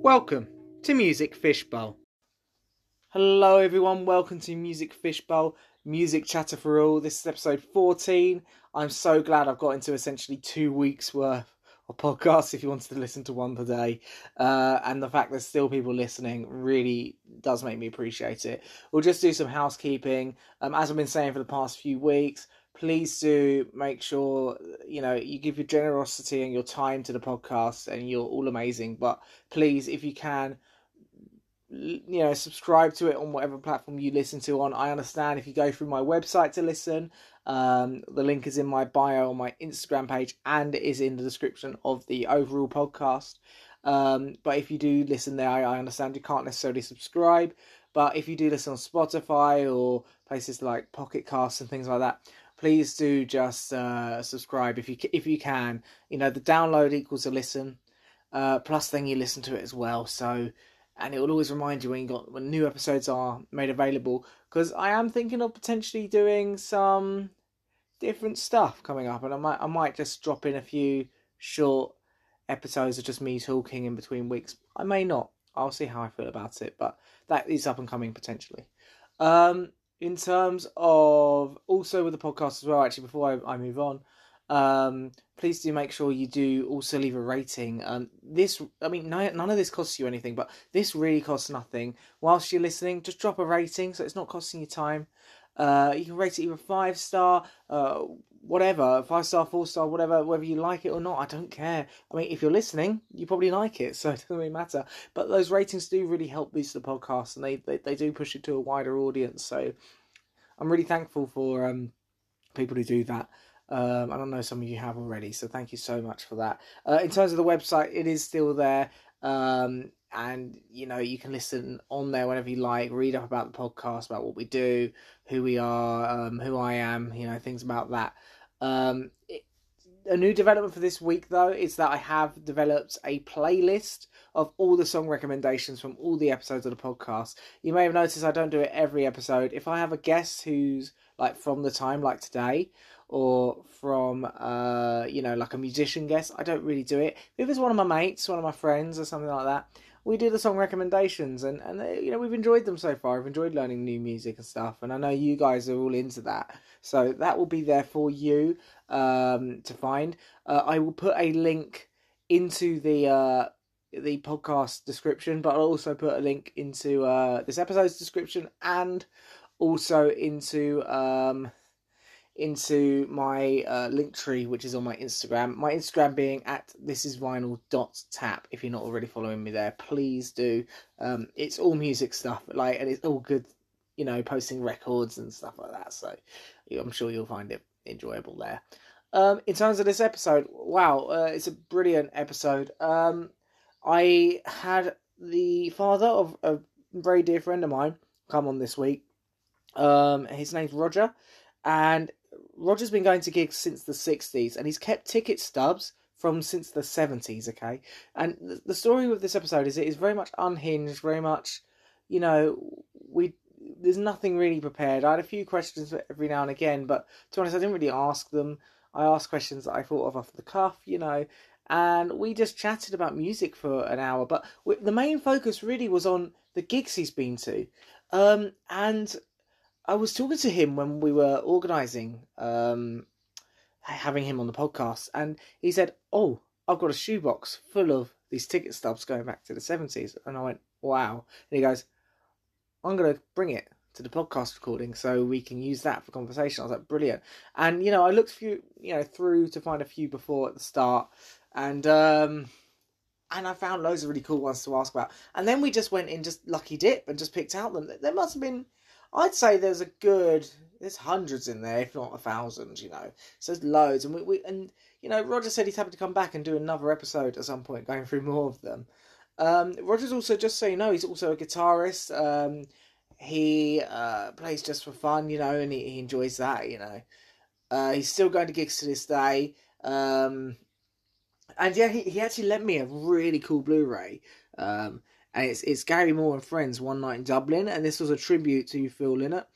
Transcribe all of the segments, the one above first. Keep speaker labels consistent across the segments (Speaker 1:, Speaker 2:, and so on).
Speaker 1: Welcome to Music Fishbowl. Hello, everyone. Welcome to Music Fishbowl, Music Chatter for All. This is episode 14. I'm so glad I've got into essentially two weeks' worth of podcasts if you wanted to listen to one per day. Uh, and the fact there's still people listening really does make me appreciate it. We'll just do some housekeeping. Um, as I've been saying for the past few weeks, please do make sure you know you give your generosity and your time to the podcast and you're all amazing but please if you can l- you know subscribe to it on whatever platform you listen to on i understand if you go through my website to listen um, the link is in my bio on my instagram page and is in the description of the overall podcast um, but if you do listen there I, I understand you can't necessarily subscribe but if you do listen on spotify or places like pocket casts and things like that please do just uh, subscribe if you ca- if you can. You know the download equals a listen, uh, plus then you listen to it as well. So, and it will always remind you when you got when new episodes are made available. Because I am thinking of potentially doing some different stuff coming up, and I might I might just drop in a few short episodes of just me talking in between weeks. I may not. I'll see how I feel about it, but that is up and coming potentially. Um, in terms of also with the podcast as well actually before i, I move on um please do make sure you do also leave a rating um this i mean no, none of this costs you anything but this really costs nothing whilst you're listening just drop a rating so it's not costing you time uh you can rate it either five star uh whatever five star four star whatever whether you like it or not i don't care i mean if you're listening you probably like it so it doesn't really matter but those ratings do really help boost the podcast and they, they, they do push it to a wider audience so i'm really thankful for um, people who do that um, and i know some of you have already so thank you so much for that uh, in terms of the website it is still there um, and you know you can listen on there whenever you like read up about the podcast about what we do who we are um, who i am you know things about that um, it, a new development for this week though is that i have developed a playlist of all the song recommendations from all the episodes of the podcast. You may have noticed I don't do it every episode. If I have a guest who's like from the time, like today, or from uh, you know, like a musician guest, I don't really do it. If it's one of my mates, one of my friends, or something like that, we do the song recommendations, and and uh, you know we've enjoyed them so far. I've enjoyed learning new music and stuff, and I know you guys are all into that, so that will be there for you um, to find. Uh, I will put a link into the. Uh, the podcast description, but I'll also put a link into uh, this episode's description and also into um, into my uh, link tree, which is on my Instagram. My Instagram being at this is vinyl dot tap. If you're not already following me there, please do. Um, it's all music stuff, like, and it's all good, you know, posting records and stuff like that. So I'm sure you'll find it enjoyable there. Um, in terms of this episode, wow, uh, it's a brilliant episode. Um, I had the father of a very dear friend of mine come on this week. Um, his name's Roger, and Roger's been going to gigs since the '60s, and he's kept ticket stubs from since the '70s. Okay, and the, the story with this episode is it is very much unhinged, very much, you know, we there's nothing really prepared. I had a few questions every now and again, but to be honest, I didn't really ask them. I asked questions that I thought of off the cuff, you know, and we just chatted about music for an hour. But we, the main focus really was on the gigs he's been to, um, and I was talking to him when we were organising um, having him on the podcast, and he said, "Oh, I've got a shoebox full of these ticket stubs going back to the seventies," and I went, "Wow!" And he goes, "I'm going to bring it." To the podcast recording, so we can use that for conversation. I was like, brilliant, and you know, I looked through, you know, through to find a few before at the start, and um and I found loads of really cool ones to ask about. And then we just went in just lucky dip and just picked out them. There must have been I'd say there's a good there's hundreds in there, if not a thousand, you know. So there's loads and we, we and you know, Roger said he's happy to come back and do another episode at some point going through more of them. Um Roger's also just so you know, he's also a guitarist. Um he uh plays just for fun, you know, and he, he enjoys that, you know. Uh he's still going to gigs to this day. Um and yeah, he, he actually lent me a really cool Blu-ray. Um, and it's it's Gary Moore and Friends One Night in Dublin, and this was a tribute to Phil Lynott.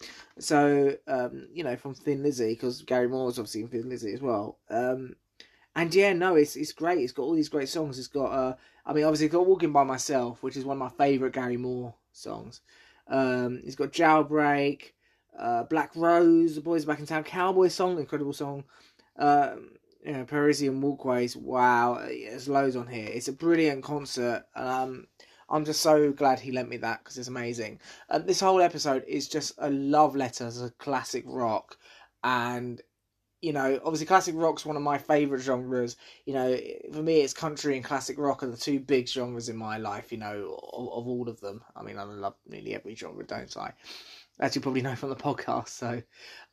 Speaker 1: So um, you know, from Thin Lizzy, because Gary Moore was obviously in Thin Lizzy as well. Um, And yeah, no, it's it's great. It's got all these great songs. It's got uh, I mean, obviously, it's got "Walking by Myself," which is one of my favorite Gary Moore songs. Um, it's got "Jailbreak," uh, "Black Rose," "The Boys Are Back in Town," "Cowboy Song," incredible song. Um, you know, Parisian Walkways. Wow, there's loads on here. It's a brilliant concert. Um, I'm just so glad he lent me that because it's amazing. Uh, this whole episode is just a love letter to classic rock, and you know, obviously, classic rock's one of my favorite genres. You know, for me, it's country and classic rock are the two big genres in my life. You know, of, of all of them. I mean, I love nearly every genre, don't I? As you probably know from the podcast. So,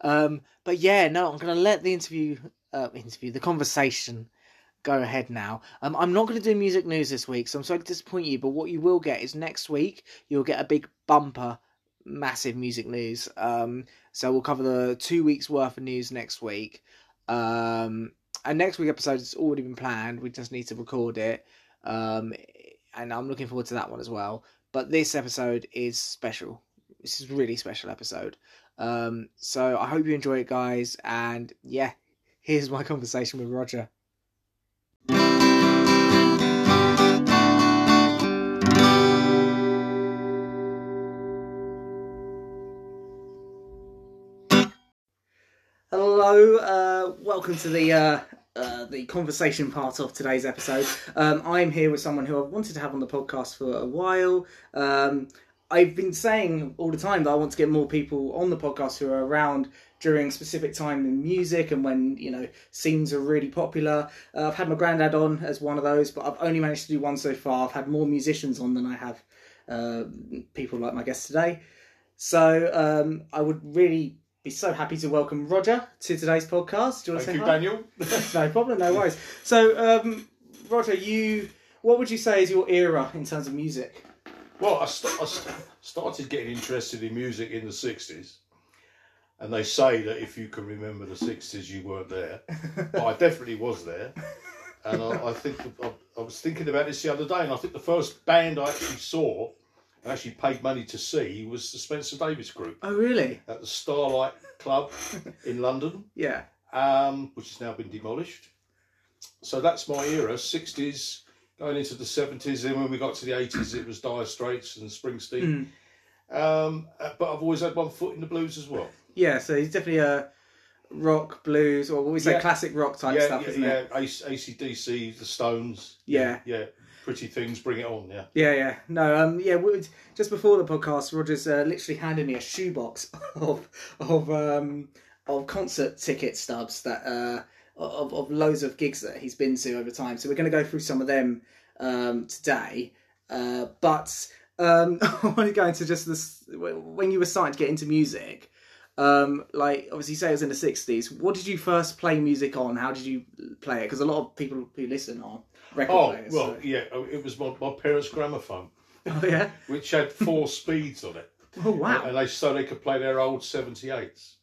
Speaker 1: um, but yeah, no, I'm gonna let the interview, uh, interview, the conversation go ahead now. Um, I'm not going to do music news this week, so I'm sorry to disappoint you, but what you will get is next week you'll get a big bumper, massive music news. Um, so we'll cover the two weeks worth of news next week. Um, and next week episode has already been planned. We just need to record it. Um, and I'm looking forward to that one as well. But this episode is special. This is a really special episode. Um, so I hope you enjoy it, guys. And yeah, here's my conversation with Roger. Hello, uh, welcome to the uh, uh, the conversation part of today's episode. Um, I'm here with someone who I've wanted to have on the podcast for a while. Um, I've been saying all the time that I want to get more people on the podcast who are around during specific time in music and when you know scenes are really popular. Uh, I've had my granddad on as one of those, but I've only managed to do one so far. I've had more musicians on than I have uh, people like my guest today. So um, I would really be so happy to welcome Roger to today's podcast. Do you want
Speaker 2: Thank you,
Speaker 1: to say
Speaker 2: Daniel.
Speaker 1: hi? no problem, no worries. So um, Roger, you, what would you say is your era in terms of music?
Speaker 2: Well, I, st- I st- started getting interested in music in the 60s, and they say that if you can remember the 60s, you weren't there. but I definitely was there. And I, I think I, I was thinking about this the other day, and I think the first band I actually saw, and actually paid money to see, was the Spencer Davis Group
Speaker 1: Oh, really?
Speaker 2: at the Starlight Club in London,
Speaker 1: Yeah.
Speaker 2: um, which has now been demolished. So that's my era, 60s, going into the 70s. Then when we got to the 80s, it was Dire Straits and Springsteen.
Speaker 1: Mm.
Speaker 2: Um, uh, but I've always had one foot in the blues as well.
Speaker 1: Yeah, so he's definitely a rock, blues, or what we say
Speaker 2: Yeah.
Speaker 1: classic rock type
Speaker 2: yeah,
Speaker 1: stuff,
Speaker 2: yeah,
Speaker 1: isn't
Speaker 2: yeah.
Speaker 1: it?
Speaker 2: AC, ACDC, the Stones.
Speaker 1: Yeah.
Speaker 2: yeah, Pretty things, bring it on. Yeah,
Speaker 1: Yeah, yeah. No, um, yeah. We, just before the podcast, Rogers uh, literally handed me a shoebox of of um of concert ticket stubs that uh of of loads of gigs that he's been to over time. So we're going to go through some of them um today, uh, but. Um, I want to go into just this when you were starting to get into music. um like obviously you say it was in the 60s what did you first play music on how did you play it because a lot of people who listen are record
Speaker 2: Oh
Speaker 1: players
Speaker 2: well,
Speaker 1: so-
Speaker 2: yeah. oh, It was my, my parents' gramophone,
Speaker 1: oh yeah
Speaker 2: which had four speeds on it,
Speaker 1: oh wow
Speaker 2: and they so they could play their old 78s,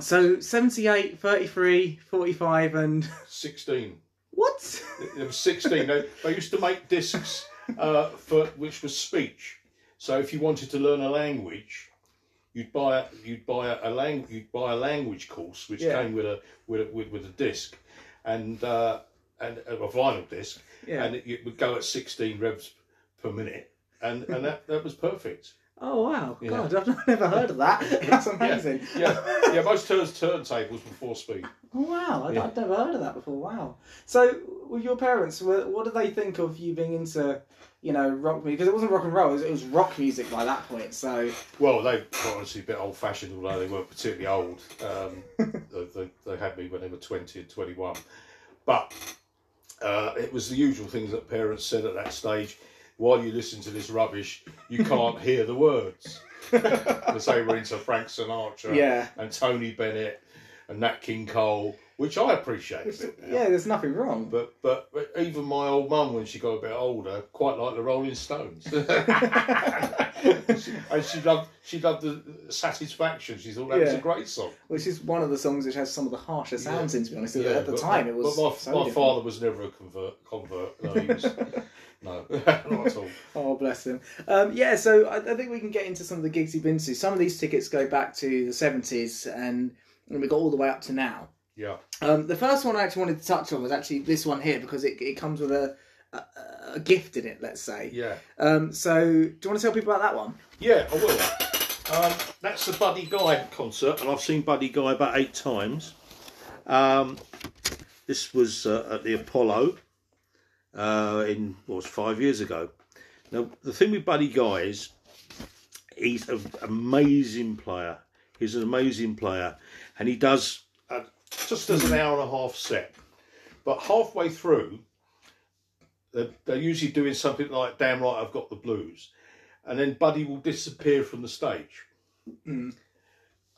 Speaker 1: so 78 33 45 and
Speaker 2: 16.
Speaker 1: what
Speaker 2: There was 16. they, they used to make discs uh, for which was speech. So if you wanted to learn a language, you'd buy a, you'd buy a, a lang, you'd buy a language course which
Speaker 1: Yeah.
Speaker 2: came with a with a, with, with a disc, and uh, and a vinyl disc,
Speaker 1: Yeah.
Speaker 2: and it, it would go at 16 revs per minute, and and that, that was perfect.
Speaker 1: oh wow
Speaker 2: Yeah.
Speaker 1: god i've never heard of that that's amazing
Speaker 2: Yeah, yeah. Most turns turntables were four speed.
Speaker 1: oh wow I,
Speaker 2: Yeah.
Speaker 1: i've never heard of that before wow so with your parents were, what did they think of you being into you know rock music because it wasn't rock and roll it was, it was rock music by that point so
Speaker 2: Well, they were honestly a bit old fashioned, although they weren't particularly old. Um, they, they, they had me when they were 20 and 21. But uh, it was the usual things that parents said at that stage while you listen to this rubbish, you can't hear the words. Because they were into Frank Sinatra
Speaker 1: yeah
Speaker 2: and Tony Bennett and Nat King Cole, which I appreciate. a bit now.
Speaker 1: yeah there's nothing wrong
Speaker 2: But, but but even my old mum, when she got a bit older, quite liked the Rolling Stones. and she loved she loved the satisfaction. She thought that was a
Speaker 1: Yeah.
Speaker 2: great song.
Speaker 1: Which is one of the songs which has some of the harsher sounds in, to be honest. at the
Speaker 2: but-
Speaker 1: time, it was.
Speaker 2: But my,
Speaker 1: so
Speaker 2: my
Speaker 1: different.
Speaker 2: father was never a convert. Convert. No, he was, no not at all.
Speaker 1: Oh, bless him. Um, yeah, so I, I think we can get into some of the gigs you've been to. Some of these tickets go back to the 70s and, and we got all the way up to now.
Speaker 2: Yeah.
Speaker 1: Um, the first one I actually wanted to touch on was actually this one here because it, it comes with a, a, a gift in it, let's say.
Speaker 2: Yeah.
Speaker 1: Um, so, do you want to tell people about that one?
Speaker 2: Yeah, I will. Um, that's the Buddy Guy concert, and I've seen Buddy Guy about eight times. Um, this was uh, at the Apollo uh, in what was five years ago. Now the thing with Buddy Guy is he's an amazing player. He's an amazing player, and he does uh, just does an hour and a half set, but halfway through. They're, they're usually doing something like "Damn right, I've got the blues," and then Buddy will disappear from the stage.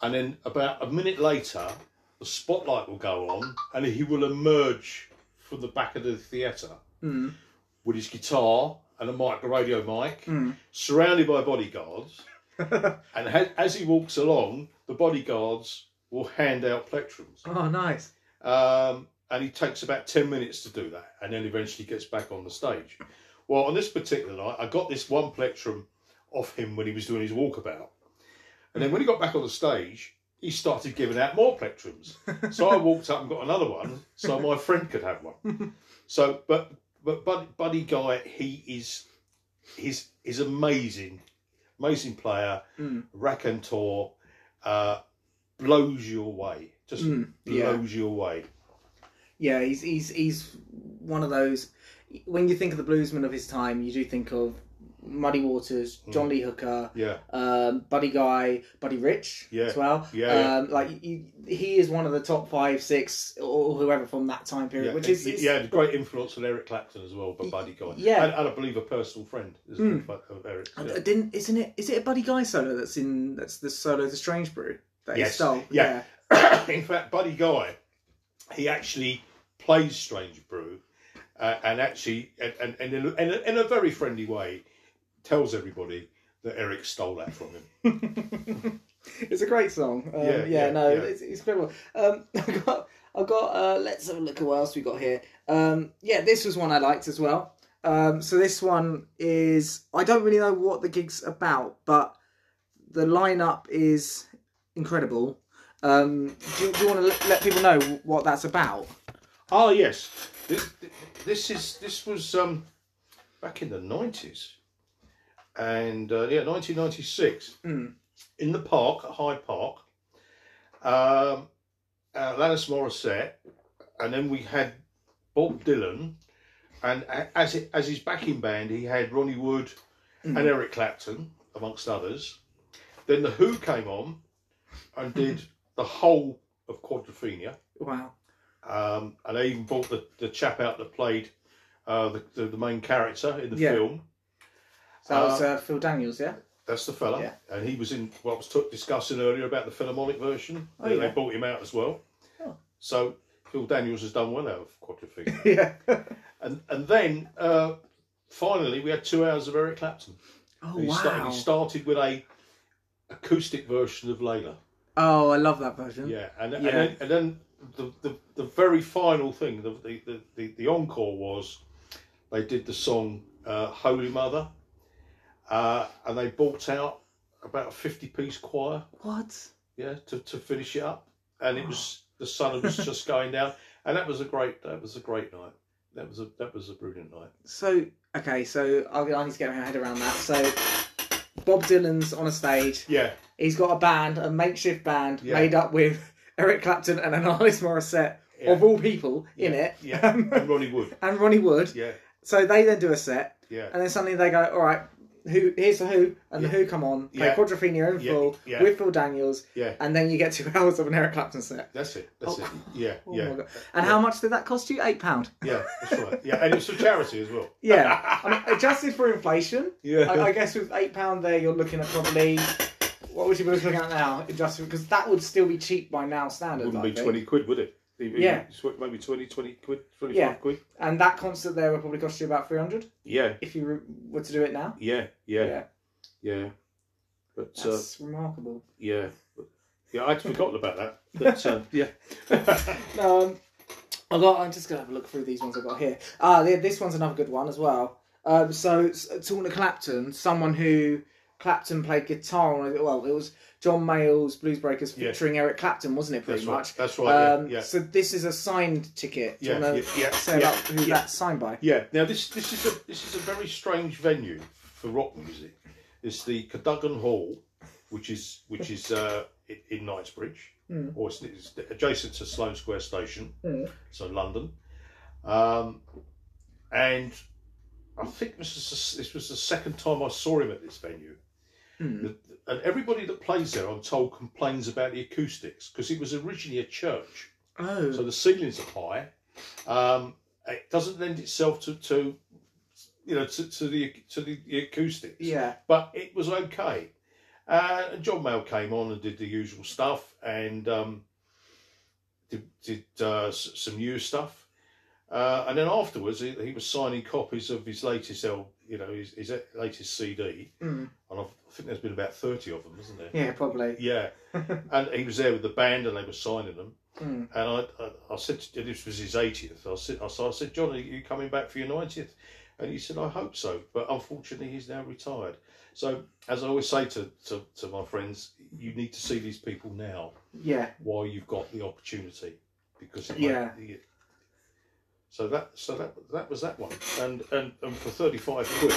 Speaker 2: And then about a minute later, the spotlight will go on and he will emerge from the back of the theatre with his guitar and a mic, a radio mic, surrounded by bodyguards. and ha- as he walks along, the bodyguards will hand out plectrums.
Speaker 1: Oh, nice.
Speaker 2: Um, and he takes about 10 minutes to do that and then eventually gets back on the stage. Well, on this particular night, I got this one plectrum off him when he was doing his walkabout. And then when he got back on the stage, he started giving out more plectrums. So I walked up and got another one so my friend could have one. So, but, but Buddy, Buddy Guy, he is, he's, he's amazing, amazing player,
Speaker 1: Mm.
Speaker 2: raconteur, uh, blows you away, just
Speaker 1: Mm, yeah.
Speaker 2: blows you away.
Speaker 1: Yeah, he's, he's, he's one of those. When you think of the bluesmen of his time, you do think of Muddy Waters, John Lee Hooker,
Speaker 2: Yeah,
Speaker 1: um, Buddy Guy, Buddy Rich
Speaker 2: Yeah.
Speaker 1: as well.
Speaker 2: Yeah, yeah.
Speaker 1: Um, like you, he is one of the top five, six, or whoever from that time period,
Speaker 2: yeah.
Speaker 1: which
Speaker 2: He-
Speaker 1: is,
Speaker 2: he-
Speaker 1: is-
Speaker 2: he had a great influence on Eric Clapton as well, but
Speaker 1: Y-
Speaker 2: Buddy Guy.
Speaker 1: yeah. Hmm.
Speaker 2: and, and I believe a personal friend is a good friend of Eric's.
Speaker 1: I,
Speaker 2: yeah.
Speaker 1: I didn't isn't it is it a Buddy Guy solo that's in that's the solo the Strange Brew that he
Speaker 2: Yes.
Speaker 1: stole?
Speaker 2: Yeah. In fact, Buddy Guy, he actually plays Strange Brew, uh, and actually, and, and, and in, a, in, a, in a very friendly way, tells everybody that Eric stole that from him.
Speaker 1: It's a great song. Um, yeah,
Speaker 2: Yeah, yeah,
Speaker 1: no,
Speaker 2: yeah.
Speaker 1: It's, it's incredible. Um, I've got, I've got uh, let's have a look at what else we got here. Um, yeah, this was one I liked as well. Um, so this one is, I don't really know what the gig's about, but the lineup is incredible. Um, do, you- do you want to let, let people know what that's about?
Speaker 2: Oh yes, this this is this was um, back in the nineties, and uh, yeah, nineteen ninety six
Speaker 1: Mm.
Speaker 2: in the park at Hyde Park. Um, uh, Alanis Morissette, and then we had Bob Dylan, and a- as it, as his backing band, he had Ronnie Wood and Eric Clapton amongst others. Then the Who came on and did the whole of Quadrophenia.
Speaker 1: Wow.
Speaker 2: Um, and they even brought the, the chap out that played uh, the, the, the main character in the
Speaker 1: Yeah.
Speaker 2: film.
Speaker 1: So that was uh, Phil Daniels, yeah?
Speaker 2: That's the fella.
Speaker 1: Yeah.
Speaker 2: And he was in what I was t- discussing earlier about the Philharmonic version.
Speaker 1: Oh,
Speaker 2: they,
Speaker 1: yeah.
Speaker 2: they brought him out as well.
Speaker 1: Oh.
Speaker 2: So Phil Daniels has done well out of Quadrophenia.
Speaker 1: yeah.
Speaker 2: and, and then uh, finally, we had two hours of Eric Clapton.
Speaker 1: Oh,
Speaker 2: he,
Speaker 1: wow.
Speaker 2: started, he started with a acoustic version of Layla.
Speaker 1: Oh, I love that version.
Speaker 2: Yeah, and,
Speaker 1: Yeah.
Speaker 2: and then, and then the, the the very final thing, the the, the, the, the encore was they did the song uh, Holy Mother, uh, and they bought out about a fifty piece choir,
Speaker 1: What?
Speaker 2: yeah, to, to finish it up, and it was the sun was just going down, and that was a great that was a great night. That was a that was a brilliant night.
Speaker 1: So okay, so I, I need to get my head around that. So Bob Dylan's on a stage.
Speaker 2: Yeah,
Speaker 1: He's got a band, a makeshift band
Speaker 2: Yeah.
Speaker 1: made up with Eric Clapton and an Alanis Morissette
Speaker 2: Yeah.
Speaker 1: of all people in it,
Speaker 2: yeah, and
Speaker 1: and
Speaker 2: Ronnie Wood.
Speaker 1: Ronnie Wood.
Speaker 2: Yeah,
Speaker 1: So they then do a set,
Speaker 2: yeah,
Speaker 1: and then suddenly they go, "All right, who here's the Who," and the Who come on, play
Speaker 2: Yeah.
Speaker 1: Quadrophenia in
Speaker 2: Yeah,
Speaker 1: full
Speaker 2: yeah.
Speaker 1: with Phil Daniels,
Speaker 2: yeah.
Speaker 1: and then you get two hours of an Eric Clapton set.
Speaker 2: That's it. That's
Speaker 1: Oh.
Speaker 2: it. Yeah,
Speaker 1: Oh
Speaker 2: yeah,
Speaker 1: my god! And how much did that cost you? Eight pound.
Speaker 2: yeah. That's right. Yeah, and it was for charity as well.
Speaker 1: Yeah, I mean, adjusted for inflation.
Speaker 2: Yeah.
Speaker 1: I, I guess with eight pound there, you're looking at probably what would you be looking at now? Adjusted because that would still be cheap by now standards.
Speaker 2: Wouldn't
Speaker 1: I
Speaker 2: be
Speaker 1: think.
Speaker 2: 20 quid, would it? It'd be
Speaker 1: Yeah.
Speaker 2: sw- Maybe 20, 20 quid, 25
Speaker 1: Yeah.
Speaker 2: quid.
Speaker 1: and that concert there would probably cost you about three hundred
Speaker 2: Yeah,
Speaker 1: if you were- were to do it now.
Speaker 2: yeah, yeah, yeah. But uh,
Speaker 1: that's remarkable.
Speaker 2: yeah, But- yeah, I'd forgotten about that. But uh, yeah,
Speaker 1: Um, I got. I'm just gonna have a look through these ones I've got here. Ah, th- this one's another good one as well. Um, so s- talking to Clapton, someone who Clapton played guitar on it. Well, it was John Mayall's Blues Breakers
Speaker 2: Yeah.
Speaker 1: featuring Eric Clapton, wasn't it? Pretty
Speaker 2: That's
Speaker 1: much.
Speaker 2: right. That's right.
Speaker 1: Um,
Speaker 2: yeah, yeah.
Speaker 1: So this is a signed ticket. Do you
Speaker 2: Yeah,
Speaker 1: wanna
Speaker 2: yeah, yeah,
Speaker 1: say
Speaker 2: yeah,
Speaker 1: about who
Speaker 2: yeah.
Speaker 1: that's signed by?
Speaker 2: Yeah. Now this this is a this is a very strange venue for rock music. It's the Cadogan Hall, which is which is uh, i- in Knightsbridge,
Speaker 1: Mm.
Speaker 2: or it's, it's adjacent to Sloane Square Station,
Speaker 1: Mm.
Speaker 2: so London. Um, and I think this is the- this was the second time I saw him at this venue.
Speaker 1: Hmm.
Speaker 2: The- And everybody that plays there, I'm told, complains about the acoustics because it was originally a church.
Speaker 1: Oh.
Speaker 2: So the ceilings are high. Um, it doesn't lend itself to, to you know to, to the to the, the acoustics.
Speaker 1: yeah.
Speaker 2: But it was okay. Uh, and John Mayle came on and did the usual stuff and um, did, did uh, s- some new stuff. Uh, and then afterwards, he, he was signing copies of his latest L, you know, his, his latest CD.
Speaker 1: Mm.
Speaker 2: And I've, I think there's been about thirty of them, isn't there?
Speaker 1: Yeah. Probably.
Speaker 2: Yeah, and he was there with the band, and they were signing them.
Speaker 1: Mm.
Speaker 2: And I, I, I said, to, and this was his 80th. I said, I said, I said, John, are you coming back for your 90th? And he said, I hope so. But unfortunately, he's now retired. So, as I always say to, to, to my friends, you need to see these people now
Speaker 1: Yeah.
Speaker 2: while you've got the opportunity. Because it
Speaker 1: Yeah.
Speaker 2: might, so that so that that was that one, and and, and for thirty five quid,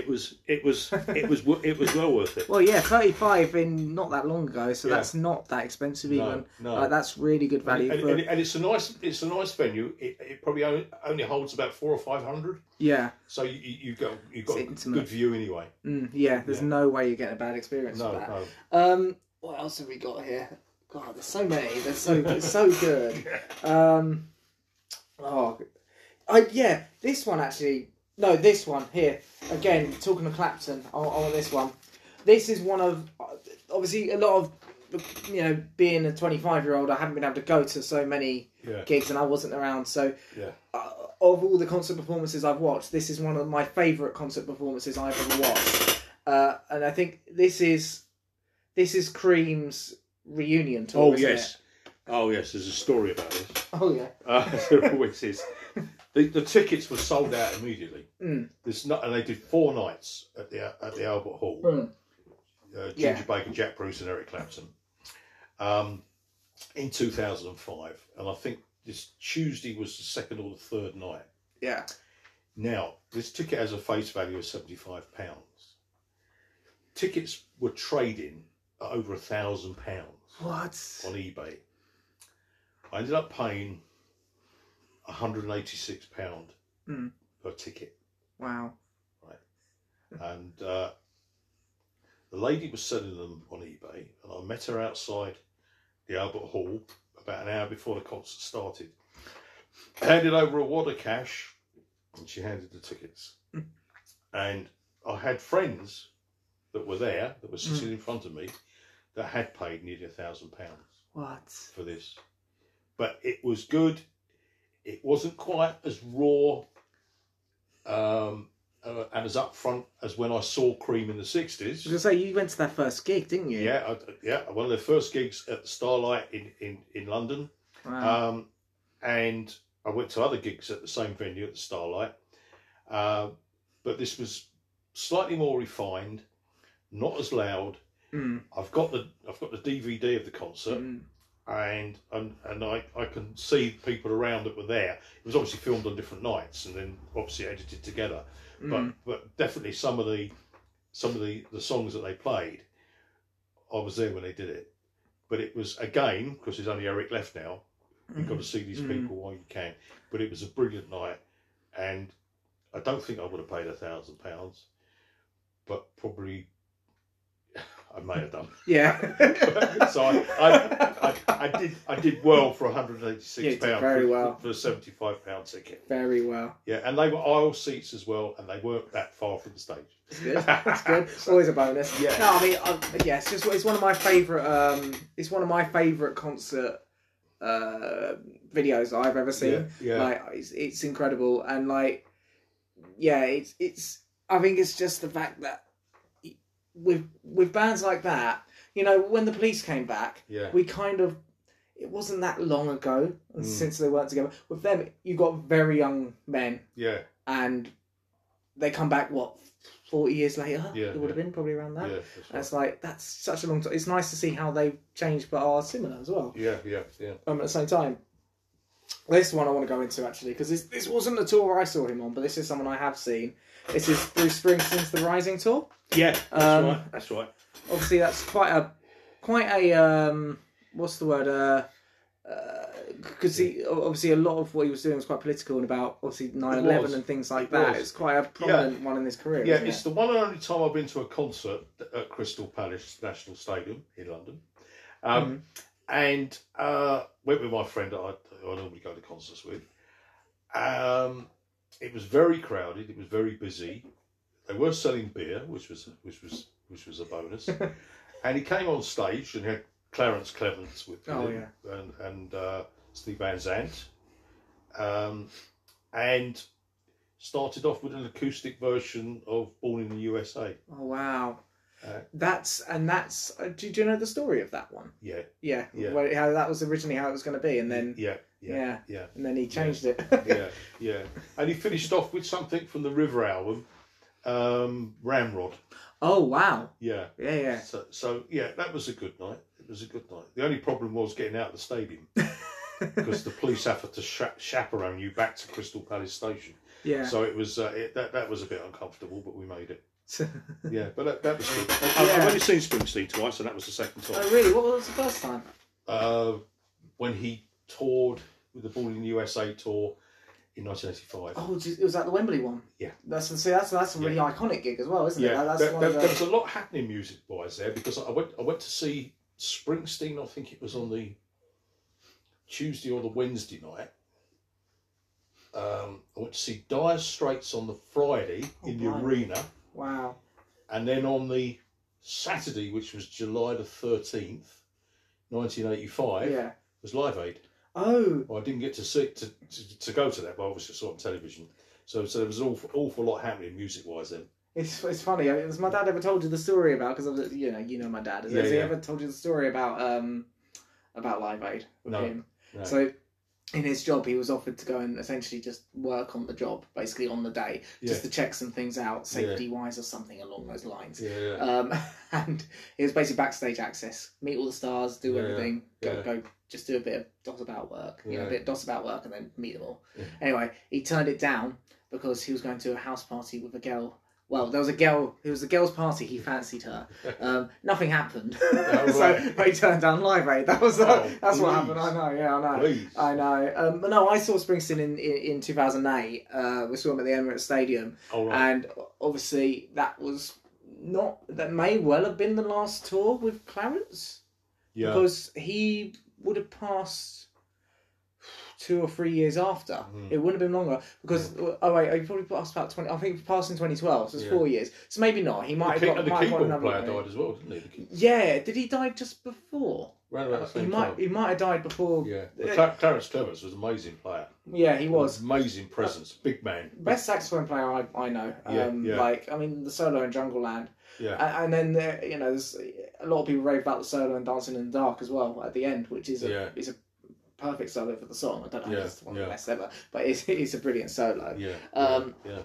Speaker 2: it was it was it was wo- it was well worth it.
Speaker 1: Well, yeah, thirty-five in not that long ago, so
Speaker 2: Yeah.
Speaker 1: that's not that expensive
Speaker 2: No,
Speaker 1: even.
Speaker 2: no.
Speaker 1: Like that's really good value
Speaker 2: and,
Speaker 1: for
Speaker 2: and, and it's a nice it's a nice venue. It, it probably only, only holds about four or five hundred.
Speaker 1: yeah,
Speaker 2: So you you you got you got
Speaker 1: It's
Speaker 2: a
Speaker 1: intimate.
Speaker 2: good view anyway.
Speaker 1: mm, yeah. There's
Speaker 2: Yeah.
Speaker 1: no way you're getting a bad experience.
Speaker 2: No,
Speaker 1: with that.
Speaker 2: no.
Speaker 1: Um, what else have we got here? God, there's so many. They're so they're so good. Um, oh, I yeah. This one actually. No, this one here. Again, talking to Clapton on, on this one. This is one of obviously a lot of you know being a 25 year old. I haven't been able to go to so many
Speaker 2: Yeah,
Speaker 1: gigs and I wasn't around. So,
Speaker 2: Yeah.
Speaker 1: uh, of all the concert performances I've watched, this is one of my favourite concert performances I've ever watched. Uh, and I think this is this is Cream's reunion tour.
Speaker 2: Oh
Speaker 1: isn't
Speaker 2: yes,
Speaker 1: it?
Speaker 2: oh yes. There's a story about this.
Speaker 1: Oh yeah.
Speaker 2: Uh, there always is. The, the tickets were sold out immediately.
Speaker 1: Mm.
Speaker 2: There's not, and they did four nights at the at the Albert Hall.
Speaker 1: Mm.
Speaker 2: Uh, Ginger
Speaker 1: Yeah.
Speaker 2: Baker, Jack Bruce, and Eric Clapton. Um, in 2005, and I think this Tuesday was the second or the third night.
Speaker 1: Yeah.
Speaker 2: Now, this ticket has a face value of £75. Tickets were trading at over a £1,000 on
Speaker 1: What?
Speaker 2: eBay. I ended up paying £186
Speaker 1: Hmm.
Speaker 2: per ticket.
Speaker 1: Wow.
Speaker 2: And uh, the lady was selling them on eBay, and I met her outside the Albert Hall about an hour before the concert started. I handed over a wad of cash, and she handed the tickets. and I had friends that were there, that were sitting in front of me, that had paid nearly a thousand pounds
Speaker 1: What?
Speaker 2: for this. But it was good. It wasn't quite as raw um, uh, and as upfront as when I saw Cream
Speaker 1: I
Speaker 2: in the
Speaker 1: was gonna
Speaker 2: sixties.
Speaker 1: say you went to that first gig, didn't you?
Speaker 2: Yeah, I, yeah. One of their first gigs at the Starlight in in, in London,
Speaker 1: Wow.
Speaker 2: um, and I went to other gigs at the same venue at the Starlight. Uh, but this was slightly more refined, not as loud.
Speaker 1: Mm.
Speaker 2: I've got the I've got the DVD of the concert
Speaker 1: Mm.
Speaker 2: and and, and I, I can see people around that were there. It was obviously filmed on different nights and then obviously edited together.
Speaker 1: Mm.
Speaker 2: But but definitely some of the some of the, the songs that they played, I was there when they did it. But it was again because there's only Eric left now. You've got to see these
Speaker 1: Mm.
Speaker 2: people while you can. But it was a brilliant night, and I don't think I would have paid a thousand pounds, but probably I may have done
Speaker 1: Yeah.
Speaker 2: so I, I, I, I did I did well for 186
Speaker 1: You did
Speaker 2: pounds
Speaker 1: very
Speaker 2: for,
Speaker 1: well.
Speaker 2: for a 75 pound ticket.
Speaker 1: Very well.
Speaker 2: Yeah, and they were aisle seats as well, and they weren't that far from the stage.
Speaker 1: That's good. That's good. Always a bonus.
Speaker 2: Yeah.
Speaker 1: No, I mean, I, yeah, it's just it's one of my favorite. Um, it's one of my favorite concert uh videos I've ever
Speaker 2: Yeah,
Speaker 1: seen.
Speaker 2: yeah,
Speaker 1: Like, it's, it's incredible, and like, yeah, it's it's. I think it's just the fact that with with bands like that, you know, when the police came back,
Speaker 2: yeah,
Speaker 1: we kind of it wasn't that long ago
Speaker 2: Mm.
Speaker 1: since they weren't together. With them, you got very young men
Speaker 2: yeah,
Speaker 1: and they come back what 40 years later.
Speaker 2: Yeah,
Speaker 1: it would have
Speaker 2: yeah.
Speaker 1: been probably around that.
Speaker 2: Yeah, that's
Speaker 1: That's like that's such a long time. It's nice to see how they've changed, but are similar as well.
Speaker 2: right. Yeah, yeah, yeah.
Speaker 1: Um, at the same time, this is one I want to go into actually because this this wasn't the tour I saw him on, but this is someone I have seen. This is Bruce Springsteen's The Rising tour.
Speaker 3: Yeah, that's
Speaker 1: Um,
Speaker 3: right. That's right.
Speaker 1: Obviously, that's quite a quite a um, what's the word? Uh, because he obviously a lot of what he was doing was quite political and about obviously 9-11
Speaker 2: was.
Speaker 1: and things like
Speaker 2: It
Speaker 1: that.
Speaker 2: was.
Speaker 1: It's quite a prominent one in his career.
Speaker 2: Yeah,
Speaker 1: isn't
Speaker 2: it's
Speaker 1: it?
Speaker 2: the one and only time I've been to a concert at Crystal Palace National Stadium in London. Um,
Speaker 1: Mm-hmm.
Speaker 2: And uh, went with my friend that I, who I normally go to concerts with. Um, it was very crowded. It was very busy. They were selling beer, which was which was which was a bonus. and he came on stage and had Clarence Clements with
Speaker 1: Oh,
Speaker 2: him and and uh, Steve Van Zandt, um, and started off with an acoustic version of Born in the USA.
Speaker 1: Oh wow.
Speaker 2: Uh,
Speaker 1: that's and that's. Uh, do, do you know the story of that one?
Speaker 2: Yeah,
Speaker 1: Yeah,
Speaker 2: Yeah.
Speaker 1: Well, how that was originally how it was going to be, and then
Speaker 2: yeah,
Speaker 1: yeah,
Speaker 2: yeah, yeah.
Speaker 1: and then he changed it.
Speaker 2: yeah, yeah. And he finished off with something from the River album, um, Ramrod.
Speaker 1: oh wow,
Speaker 2: Yeah.
Speaker 1: yeah, yeah.
Speaker 2: So, so yeah, that was a good night. It was a good night. The only problem was getting out of the stadium because the police have to cha- chaperone you back to Crystal Palace Station.
Speaker 1: Yeah.
Speaker 2: So it was uh, it, that that was a bit uncomfortable, but we made it. Yeah, but that, that was good.
Speaker 3: I,
Speaker 1: yeah.
Speaker 3: I've only seen Springsteen twice, and that was the second time.
Speaker 1: oh really? What was the first time?
Speaker 2: Uh, when he toured with the Born in the USA tour in 1985.
Speaker 1: Oh, just, was that the Wembley one?
Speaker 2: Yeah.
Speaker 1: That's see, that's that's a really iconic gig as well, isn't it?
Speaker 2: Yeah,
Speaker 1: That- That's
Speaker 2: there,
Speaker 1: one
Speaker 2: there-
Speaker 1: of the,
Speaker 2: there was a lot happening music wise there because I went I went to see Springsteen. I think it was on the Tuesday or the Wednesday night. Um, I went to see Dire Straits on the Friday in the
Speaker 1: Oh, blimey.
Speaker 2: arena,
Speaker 1: wow.
Speaker 2: and then on the Saturday, which was July the thirteenth, nineteen eighty five,
Speaker 1: Yeah.
Speaker 2: was Live Aid.
Speaker 1: Oh,
Speaker 2: Well, I didn't get to see to, to, to go to that, but I obviously saw it on television. So, so there was an awful, awful lot happening music wise then.
Speaker 1: it's it's funny. I mean, has my dad ever told you the story about? Because you know, you know my dad. Has,
Speaker 2: Yeah,
Speaker 1: has he
Speaker 2: yeah.
Speaker 1: ever told you the story about um about Live Aid? with
Speaker 2: No,
Speaker 1: him?
Speaker 2: no.
Speaker 1: So. In his job, he was offered to go and essentially just work on the job, basically on the day, just to check some things out,
Speaker 2: Yeah.
Speaker 1: safety wise or something along those lines.
Speaker 2: Yeah,
Speaker 1: Um, and it was basically backstage access, meet all the stars, do
Speaker 2: Yeah,
Speaker 1: everything, go,
Speaker 2: yeah.
Speaker 1: go, just do a bit of DOS about work, you know, a
Speaker 2: Yeah.
Speaker 1: bit of DOS about work, and then meet them all.
Speaker 2: Yeah.
Speaker 1: Anyway, he turned it down because he was going to a house party with a girl. Well, there was a girl. It was the girl's party. He fancied her. Um, nothing happened, so
Speaker 2: Oh, right.
Speaker 1: but he turned down live aid. That was
Speaker 2: Oh,
Speaker 1: that's what happened.
Speaker 2: please.
Speaker 1: I know. Yeah, I know.
Speaker 2: please.
Speaker 1: I know. Um, but no, I saw Springsteen in, in, in 2008. Uh, we saw him at the Emirates Stadium.
Speaker 2: All right.
Speaker 1: And obviously, that was not that may well have been the last tour with Clarence
Speaker 2: yeah.
Speaker 1: because he would have passed two or three years after.
Speaker 2: Mm.
Speaker 1: It wouldn't have been longer because oh wait, he probably passed about twenty. I think he passed in twenty twelve, so it's
Speaker 2: Yeah.
Speaker 1: four years. So maybe not. He might
Speaker 2: the,
Speaker 1: have got,
Speaker 2: key, and the
Speaker 1: might have got
Speaker 2: keyboard
Speaker 1: another.
Speaker 2: player
Speaker 1: one.
Speaker 2: died as well, didn't he? The key,
Speaker 1: Yeah, did he die just before?
Speaker 2: round about the
Speaker 1: he
Speaker 2: same
Speaker 1: might.
Speaker 2: time.
Speaker 1: He might have died before.
Speaker 2: yeah,
Speaker 1: Yeah.
Speaker 2: But Cla- Clarence Clemens was an amazing player.
Speaker 1: yeah he was.
Speaker 2: amazing presence, big man.
Speaker 1: best saxophone player I, I know.
Speaker 2: Yeah,
Speaker 1: um,
Speaker 2: yeah.
Speaker 1: Like I mean, the solo in Jungle Land,
Speaker 2: Yeah,
Speaker 1: and, and then there, you know, there's a lot of people rave about the solo and Dancing in the Dark as well at the end, which is a
Speaker 2: Yeah.
Speaker 1: is a perfect solo for the song. I don't know,
Speaker 2: Yeah,
Speaker 1: if it's one of the
Speaker 2: yeah.
Speaker 1: best ever, but it's, it's a brilliant solo.
Speaker 2: yeah,
Speaker 1: Um,
Speaker 2: yeah, yeah.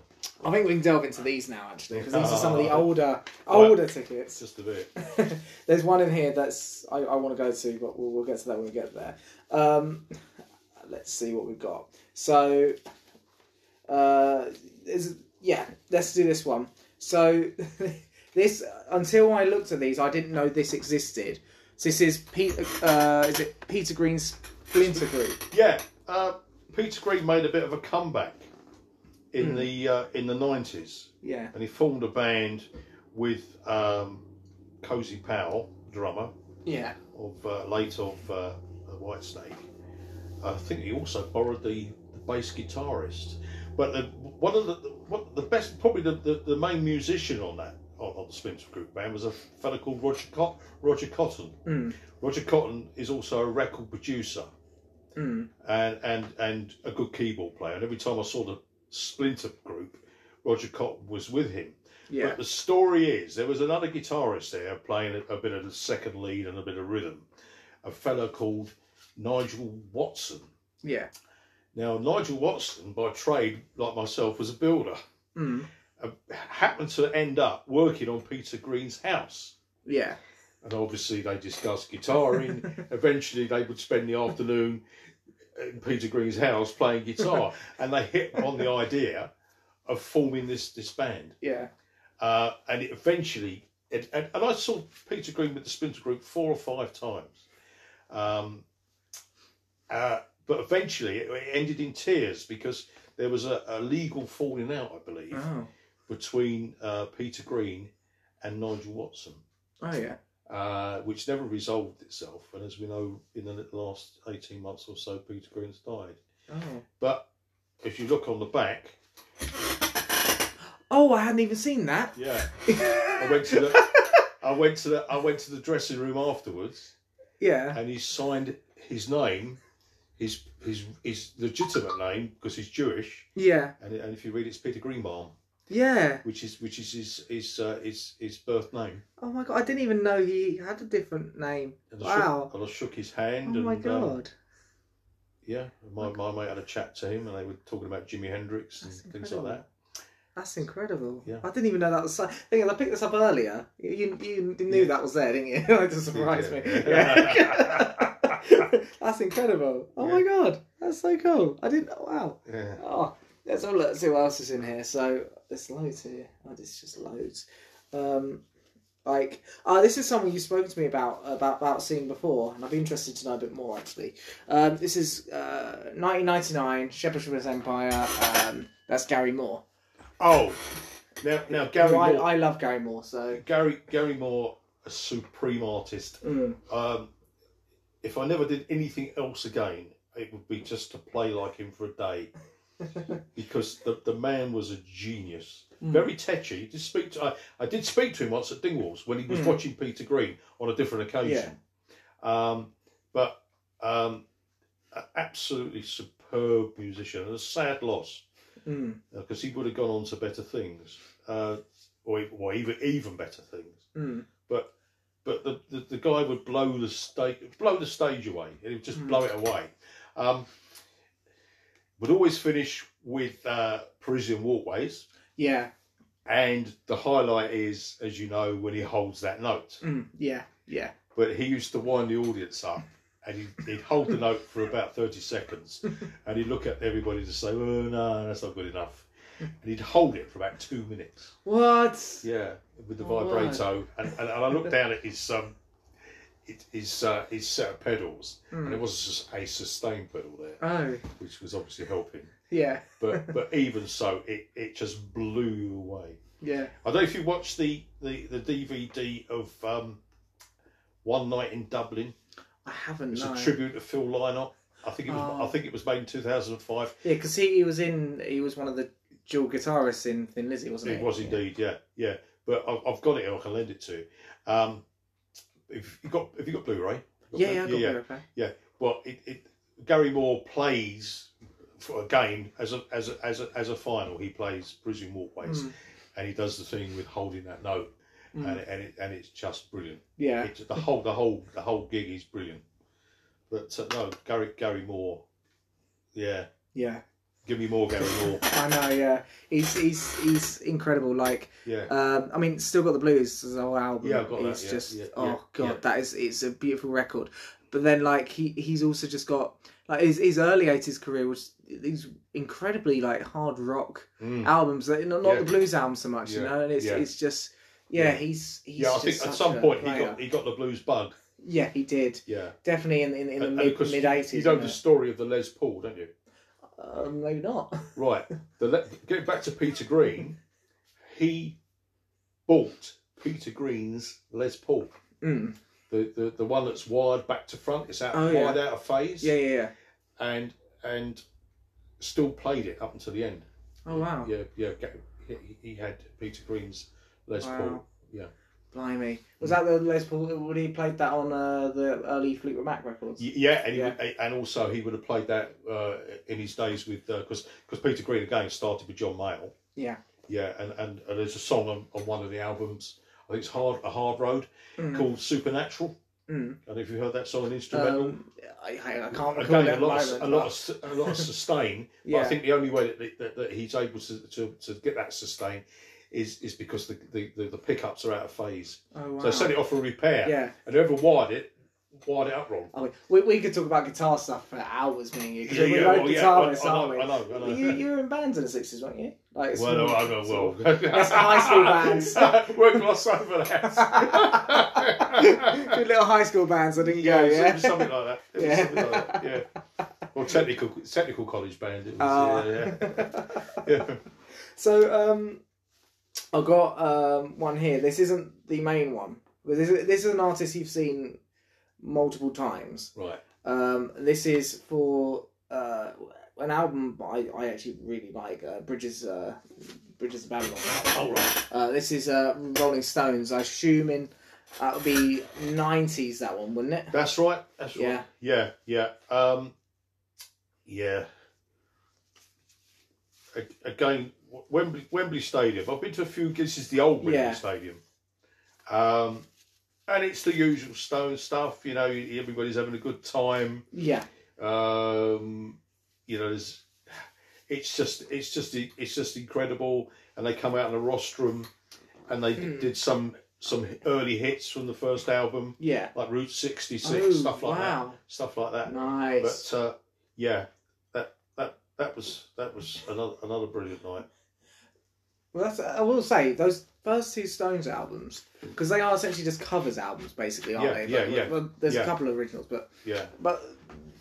Speaker 1: I think we can delve into these now actually because these are some of the
Speaker 2: Ah.
Speaker 1: older older
Speaker 2: It's
Speaker 1: tickets.
Speaker 2: just a bit.
Speaker 1: There's one in here that's I, I want to go to, but we'll, we'll get to that when we get there. Um, let's see what we've got. So, uh, there's- yeah, let's do this one. So, this until I looked at these, I didn't know this existed. So this is Peter. Uh, is it Peter Green's Splinter Group?
Speaker 2: Yeah, uh, Peter Green made a bit of a comeback in
Speaker 1: Hmm.
Speaker 2: the uh, in the nineties,
Speaker 1: Yeah.
Speaker 2: and he formed a band with um, Cozy Powell, drummer
Speaker 1: Yeah.
Speaker 2: of uh, late of uh, White Snake. I think he also borrowed the, the bass guitarist. But the, one of the what, the best, probably the, the, the main musician on that on, on the Splinter Group band was a fella called Roger Cot- Roger Cotton.
Speaker 1: Mm.
Speaker 2: Roger Cotton is also a record producer
Speaker 1: Mm.
Speaker 2: and and and a good keyboard player. And every time I saw the Splinter Group, Roger Cotton was with him.
Speaker 1: Yeah.
Speaker 2: But the story is there was another guitarist there playing a, a bit of the second lead and a bit of rhythm, a fellow called Nigel Watson.
Speaker 1: Yeah.
Speaker 2: Now Nigel Watson, by trade, like myself, was a builder,
Speaker 1: Mm.
Speaker 2: uh, happened to end up working on Peter Green's house.
Speaker 1: Yeah.
Speaker 2: And obviously, they discussed guitaring. Eventually, they would spend the afternoon in Peter Green's house playing guitar, and they hit on the idea of forming this this band.
Speaker 1: Yeah.
Speaker 2: Uh, and it eventually, it, and, and I saw Peter Green with the Splinter Group four or five times. Um, uh, but eventually, it, it ended in tears because there was a, a legal falling out, I believe,
Speaker 1: Oh.
Speaker 2: between uh, Peter Green and Nigel Watson,
Speaker 1: Oh yeah.
Speaker 2: uh, which never resolved itself. And as we know, in the last 18 months or so, Peter Green's died.
Speaker 1: Oh.
Speaker 2: But if you look on the back,
Speaker 1: Oh, I hadn't even seen that.
Speaker 2: yeah, I went to the. I went to the I went to the dressing room afterwards,
Speaker 1: yeah.
Speaker 2: and he signed his name, his his his legitimate name because he's Jewish,
Speaker 1: Yeah.
Speaker 2: and, and if you read it, it's Peter Greenbaum,
Speaker 1: Yeah.
Speaker 2: which is which is his his uh, his, his birth name.
Speaker 1: Oh my god, I didn't even know he had a different name.
Speaker 2: And I
Speaker 1: Wow.
Speaker 2: Shook, and I shook his
Speaker 1: Oh
Speaker 2: hand. and,
Speaker 1: my
Speaker 2: um,
Speaker 1: god.
Speaker 2: yeah, my, my mate had a chat to him, and they were talking about Jimi Hendrix and
Speaker 1: That's
Speaker 2: things like
Speaker 1: incredible.
Speaker 2: that.
Speaker 1: That's incredible.
Speaker 2: Yeah.
Speaker 1: I didn't even know that was. I think I picked this up earlier. You you knew
Speaker 2: Yeah.
Speaker 1: that was there, didn't you? that just surprised
Speaker 2: Yeah.
Speaker 1: me. Yeah. That's incredible. Oh my god, that's so cool. I didn't. Wow.
Speaker 2: Yeah.
Speaker 1: Oh, let's have a look. See what else is in here. So there's loads here. Oh, there's just loads. Um, like, oh, this is something you've spoken to me about about about seeing before, and I'd be interested to know a bit more actually. Um, this is uh, 1999, Shepherd's Bush Empire. Um, that's Gary Moore.
Speaker 2: Oh, now now Gary
Speaker 1: Who I,
Speaker 2: Moore,
Speaker 1: I love Gary Moore, so
Speaker 2: Gary Gary Moore, a supreme artist.
Speaker 1: mm,
Speaker 2: Um, if I never did anything else again, it would be just to play like him for a day, because the, the man was a genius.
Speaker 1: Mm.
Speaker 2: Very tetchy. Did speak to, I, I did speak to him once at Dingwalls when he was
Speaker 1: Mm.
Speaker 2: watching Peter Green on a different occasion. Um, but um, a- absolutely superb musician and a sad loss
Speaker 1: mm,
Speaker 2: because he would have gone on to better things, uh, or, or even even better things
Speaker 1: mm.
Speaker 2: but but the, the, the guy would blow the stage blow the stage away. He would just
Speaker 1: Mm.
Speaker 2: blow it away. Um, would always finish with uh, Parisian walkways,
Speaker 1: yeah,
Speaker 2: and the highlight is, as you know, when he holds that note.
Speaker 1: mm, yeah, yeah.
Speaker 2: But he used to wind the audience up. And he'd, he'd hold the note for about 30 seconds and he'd look at everybody to say, Oh, no, that's not good enough. And he'd hold it for about two minutes.
Speaker 1: What?
Speaker 2: Yeah, with the
Speaker 1: Oh, right.
Speaker 2: vibrato, and, and, and I looked down at his um, it- his uh, his set of pedals, and it
Speaker 1: Mm.
Speaker 2: was just a sustain pedal there,
Speaker 1: Oh,
Speaker 2: which was obviously helping.
Speaker 1: yeah,
Speaker 2: But but even so, it, it just blew you away.
Speaker 1: yeah.
Speaker 2: I don't know if you watched the the, the DVD of um, One Night in Dublin.
Speaker 1: I haven't.
Speaker 2: It's
Speaker 1: no.
Speaker 2: a tribute to Phil Lynott. I think it was
Speaker 1: Oh.
Speaker 2: I think it was made in two thousand and five.
Speaker 1: Yeah, because he, he was in. He was one of the dual guitarists in Thin Lizzy, wasn't he?
Speaker 2: It was
Speaker 1: Yeah.
Speaker 2: indeed, yeah, yeah. But I've, I've got it. here, I can lend it to. you. Um, if you got, if you got Blu-ray,
Speaker 1: Yeah,
Speaker 2: Got Blu-
Speaker 1: yeah, I got
Speaker 2: yeah.
Speaker 1: Blu-ray player.
Speaker 2: Well, it, it, Gary Moore plays for a game as a as a, as a, as a final. He plays Prison Walkways,
Speaker 1: Mm,
Speaker 2: and he does the thing with holding that note,
Speaker 1: mm.
Speaker 2: and, and it and it's just brilliant.
Speaker 1: yeah,
Speaker 2: It's, the whole the whole the whole gig is brilliant. But uh, no, Gary Gary Moore, yeah,
Speaker 1: yeah.
Speaker 2: give me more Gary Moore,
Speaker 1: I know. Yeah, he's he's he's incredible. Like,
Speaker 2: yeah.
Speaker 1: um, I mean, still got the blues as our album.
Speaker 2: Yeah, I've got that,
Speaker 1: It's
Speaker 2: yeah,
Speaker 1: just
Speaker 2: yeah,
Speaker 1: oh
Speaker 2: yeah,
Speaker 1: god,
Speaker 2: yeah.
Speaker 1: that is it's a beautiful record. But then like he he's also just got like his his early eighties career was these incredibly like hard rock
Speaker 2: Mm.
Speaker 1: albums that not, not
Speaker 2: Yeah.
Speaker 1: the blues albums so much, you
Speaker 2: Yeah,
Speaker 1: know. And it's
Speaker 2: yeah.
Speaker 1: it's just yeah,
Speaker 2: Yeah.
Speaker 1: he's he's
Speaker 2: Yeah, I
Speaker 1: just
Speaker 2: think at
Speaker 1: such
Speaker 2: some
Speaker 1: a
Speaker 2: point he
Speaker 1: player.
Speaker 2: got he got the blues bug.
Speaker 1: yeah he did
Speaker 2: Yeah.
Speaker 1: definitely in in, in the
Speaker 2: And- and of
Speaker 1: mid
Speaker 2: course,
Speaker 1: mid
Speaker 2: You
Speaker 1: eighties.
Speaker 2: know the story of the Les Paul, don't you?
Speaker 1: uh, maybe not.
Speaker 2: Right. The Le- getting back to Peter Green, he bought Peter Green's Les Paul,
Speaker 1: Mm.
Speaker 2: the, the, the one that's wired back to front. It's out
Speaker 1: Oh, yeah.
Speaker 2: wired out of phase,
Speaker 1: Yeah, yeah, yeah.
Speaker 2: and and still played it up until the end.
Speaker 1: Oh wow.
Speaker 2: Yeah, yeah. Ga- he- He had Peter Green's Les
Speaker 1: Wow.
Speaker 2: Paul. Yeah.
Speaker 1: Blimey. Was that the Les Paul? Would he played that on uh, the early Fleetwood Mac records?
Speaker 2: Y- Yeah, and he
Speaker 1: Yeah.
Speaker 2: Would, and also he would have played that uh, in his days with because because Peter Green again started with John Mayall.
Speaker 1: Yeah.
Speaker 2: yeah, and, and, and there's a song on, on one of the albums. I think it's hard a hard road
Speaker 1: Mm.
Speaker 2: called Supernatural,
Speaker 1: Mm.
Speaker 2: And if you heard that song in instrumental,
Speaker 1: Um, I, I I can't recall
Speaker 2: again,
Speaker 1: that
Speaker 2: a lot,
Speaker 1: moment,
Speaker 2: of, a
Speaker 1: but-
Speaker 2: lot, of, st- a lot of sustain.
Speaker 1: Yeah.
Speaker 2: But I think the only way that, that, that he's able to, to, to get that sustain is is because the, the, the, the pickups are out of phase.
Speaker 1: oh, wow.
Speaker 2: So I sent it off for repair,
Speaker 1: Yeah.
Speaker 2: and whoever wired it, wired it up wrong.
Speaker 1: I mean, we, we could talk about guitar stuff for hours, me and you, because
Speaker 2: Yeah,
Speaker 1: we're
Speaker 2: yeah,
Speaker 1: both
Speaker 2: well, yeah,
Speaker 1: guitarists,
Speaker 2: I- I know,
Speaker 1: aren't we?
Speaker 2: I know, I know.
Speaker 1: You, you were in bands in the 60s, weren't you? Like, it's
Speaker 2: Well,
Speaker 1: more-
Speaker 2: I know, well,
Speaker 1: That's high school bands.
Speaker 2: We're gloss over that.
Speaker 1: Good little high school bands, I didn't go,
Speaker 2: it
Speaker 1: yeah.
Speaker 2: was something like that. It was
Speaker 1: Yeah.
Speaker 2: something like that. Yeah. Well, technical technical college band. It was,
Speaker 1: Ah.
Speaker 2: yeah, yeah. yeah.
Speaker 1: So um, I got um, one here. This isn't the main one, but this is, this is an artist you've seen multiple times.
Speaker 2: Right.
Speaker 1: Um, this is for uh, an album I, I actually really like, uh, Bridges uh, Bridges of Babylon.
Speaker 2: All Oh, right.
Speaker 1: Uh, this is uh, Rolling Stones. I assume in that would be nineties. That one, wouldn't it?
Speaker 2: That's right. That's right.
Speaker 1: Yeah.
Speaker 2: Yeah. Yeah. Um, yeah. A- Again, W- Wembley Wembley Stadium. I've been to a few. This is the old Wembley
Speaker 1: Yeah.
Speaker 2: Stadium. Um, and it's the usual Stone stuff. You know, everybody's having a good time.
Speaker 1: Yeah.
Speaker 2: um, you know, there's, it's just it's just it's just incredible. And they come out in a rostrum, and they
Speaker 1: Mm.
Speaker 2: did some some early hits from the first album,
Speaker 1: Yeah.
Speaker 2: like Route sixty six,
Speaker 1: Oh,
Speaker 2: stuff like
Speaker 1: wow.
Speaker 2: that, stuff like that.
Speaker 1: Nice.
Speaker 2: But uh, yeah, that that that was that was another another brilliant night.
Speaker 1: Well, that's, I will say those first two Stones albums because they are essentially just covers albums, basically, aren't they?
Speaker 2: Yeah, yeah,
Speaker 1: But-
Speaker 2: yeah,
Speaker 1: well, there's a
Speaker 2: yeah.
Speaker 1: couple of originals, but
Speaker 2: Yeah,
Speaker 1: but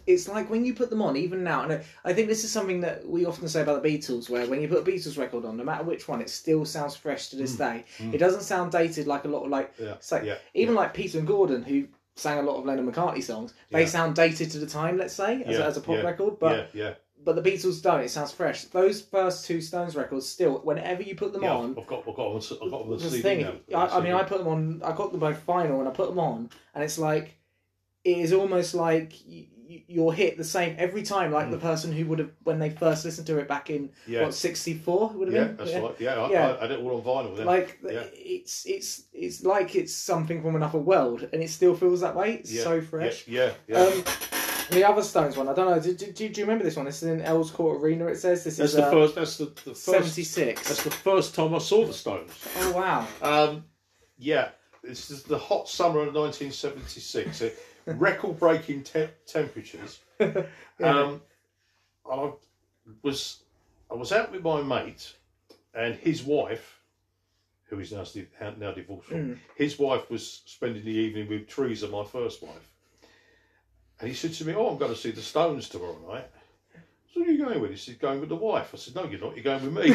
Speaker 1: it's like when you put them on, even now, and I- I think this is something that we often say about the Beatles, where when you put a Beatles record on, no matter which one, it still sounds fresh to
Speaker 2: Mm,
Speaker 1: this day. It doesn't sound dated like a lot of like
Speaker 2: yeah,
Speaker 1: It's like
Speaker 2: yeah,
Speaker 1: even like Peter and Gordon, who sang a lot of Lennon McCartney songs, they
Speaker 2: Yeah.
Speaker 1: sound dated to the time, let's say, as,
Speaker 2: Yeah,
Speaker 1: as a pop
Speaker 2: yeah,
Speaker 1: record. But
Speaker 2: yeah, yeah.
Speaker 1: but the Beatles don't. It sounds fresh. Those first two Stones records, still, whenever you put them
Speaker 2: yeah
Speaker 1: on,
Speaker 2: I've I've got I've got them on, s- I've got them on
Speaker 1: that's the
Speaker 2: CD
Speaker 1: thing.
Speaker 2: now.
Speaker 1: I, I mean, I put them on. I got them by final, and I put them on, and it's like it is almost like. You, you're hit the same every time, like the person who would have when they first listened to it back in
Speaker 2: Hmm. yeah,
Speaker 1: what sixty four would have
Speaker 2: yeah,
Speaker 1: been.
Speaker 2: that's right. Yeah, I,
Speaker 1: Yeah.
Speaker 2: I, I did it all on vinyl. Then.
Speaker 1: Like
Speaker 2: Yeah.
Speaker 1: it's it's it's like it's something from another world, and it still feels that way. It's
Speaker 2: Yeah,
Speaker 1: so fresh.
Speaker 2: Yeah, yeah. yeah.
Speaker 1: Um, the other Stones one, I don't know. Do, do, do, do you remember this one? This is in Earls Court Arena. It says this
Speaker 2: That's
Speaker 1: is
Speaker 2: the
Speaker 1: uh,
Speaker 2: first. That's the, the first.
Speaker 1: seventy
Speaker 2: That's
Speaker 1: six.
Speaker 2: the first time I saw the Stones.
Speaker 1: Oh wow!
Speaker 2: Um, yeah, this is the hot summer of 1976. uh, Record-breaking te- temperatures. Um, and I was I was out with my mate and his wife, who is now s- now divorced from.
Speaker 1: Mm.
Speaker 2: His wife was spending the evening with Teresa, my first wife. And he said to me, "Oh, I'm going to see the Stones tomorrow night." So who are you going with? He said, "Going with the wife." I said, "No, you're not. You're going with me."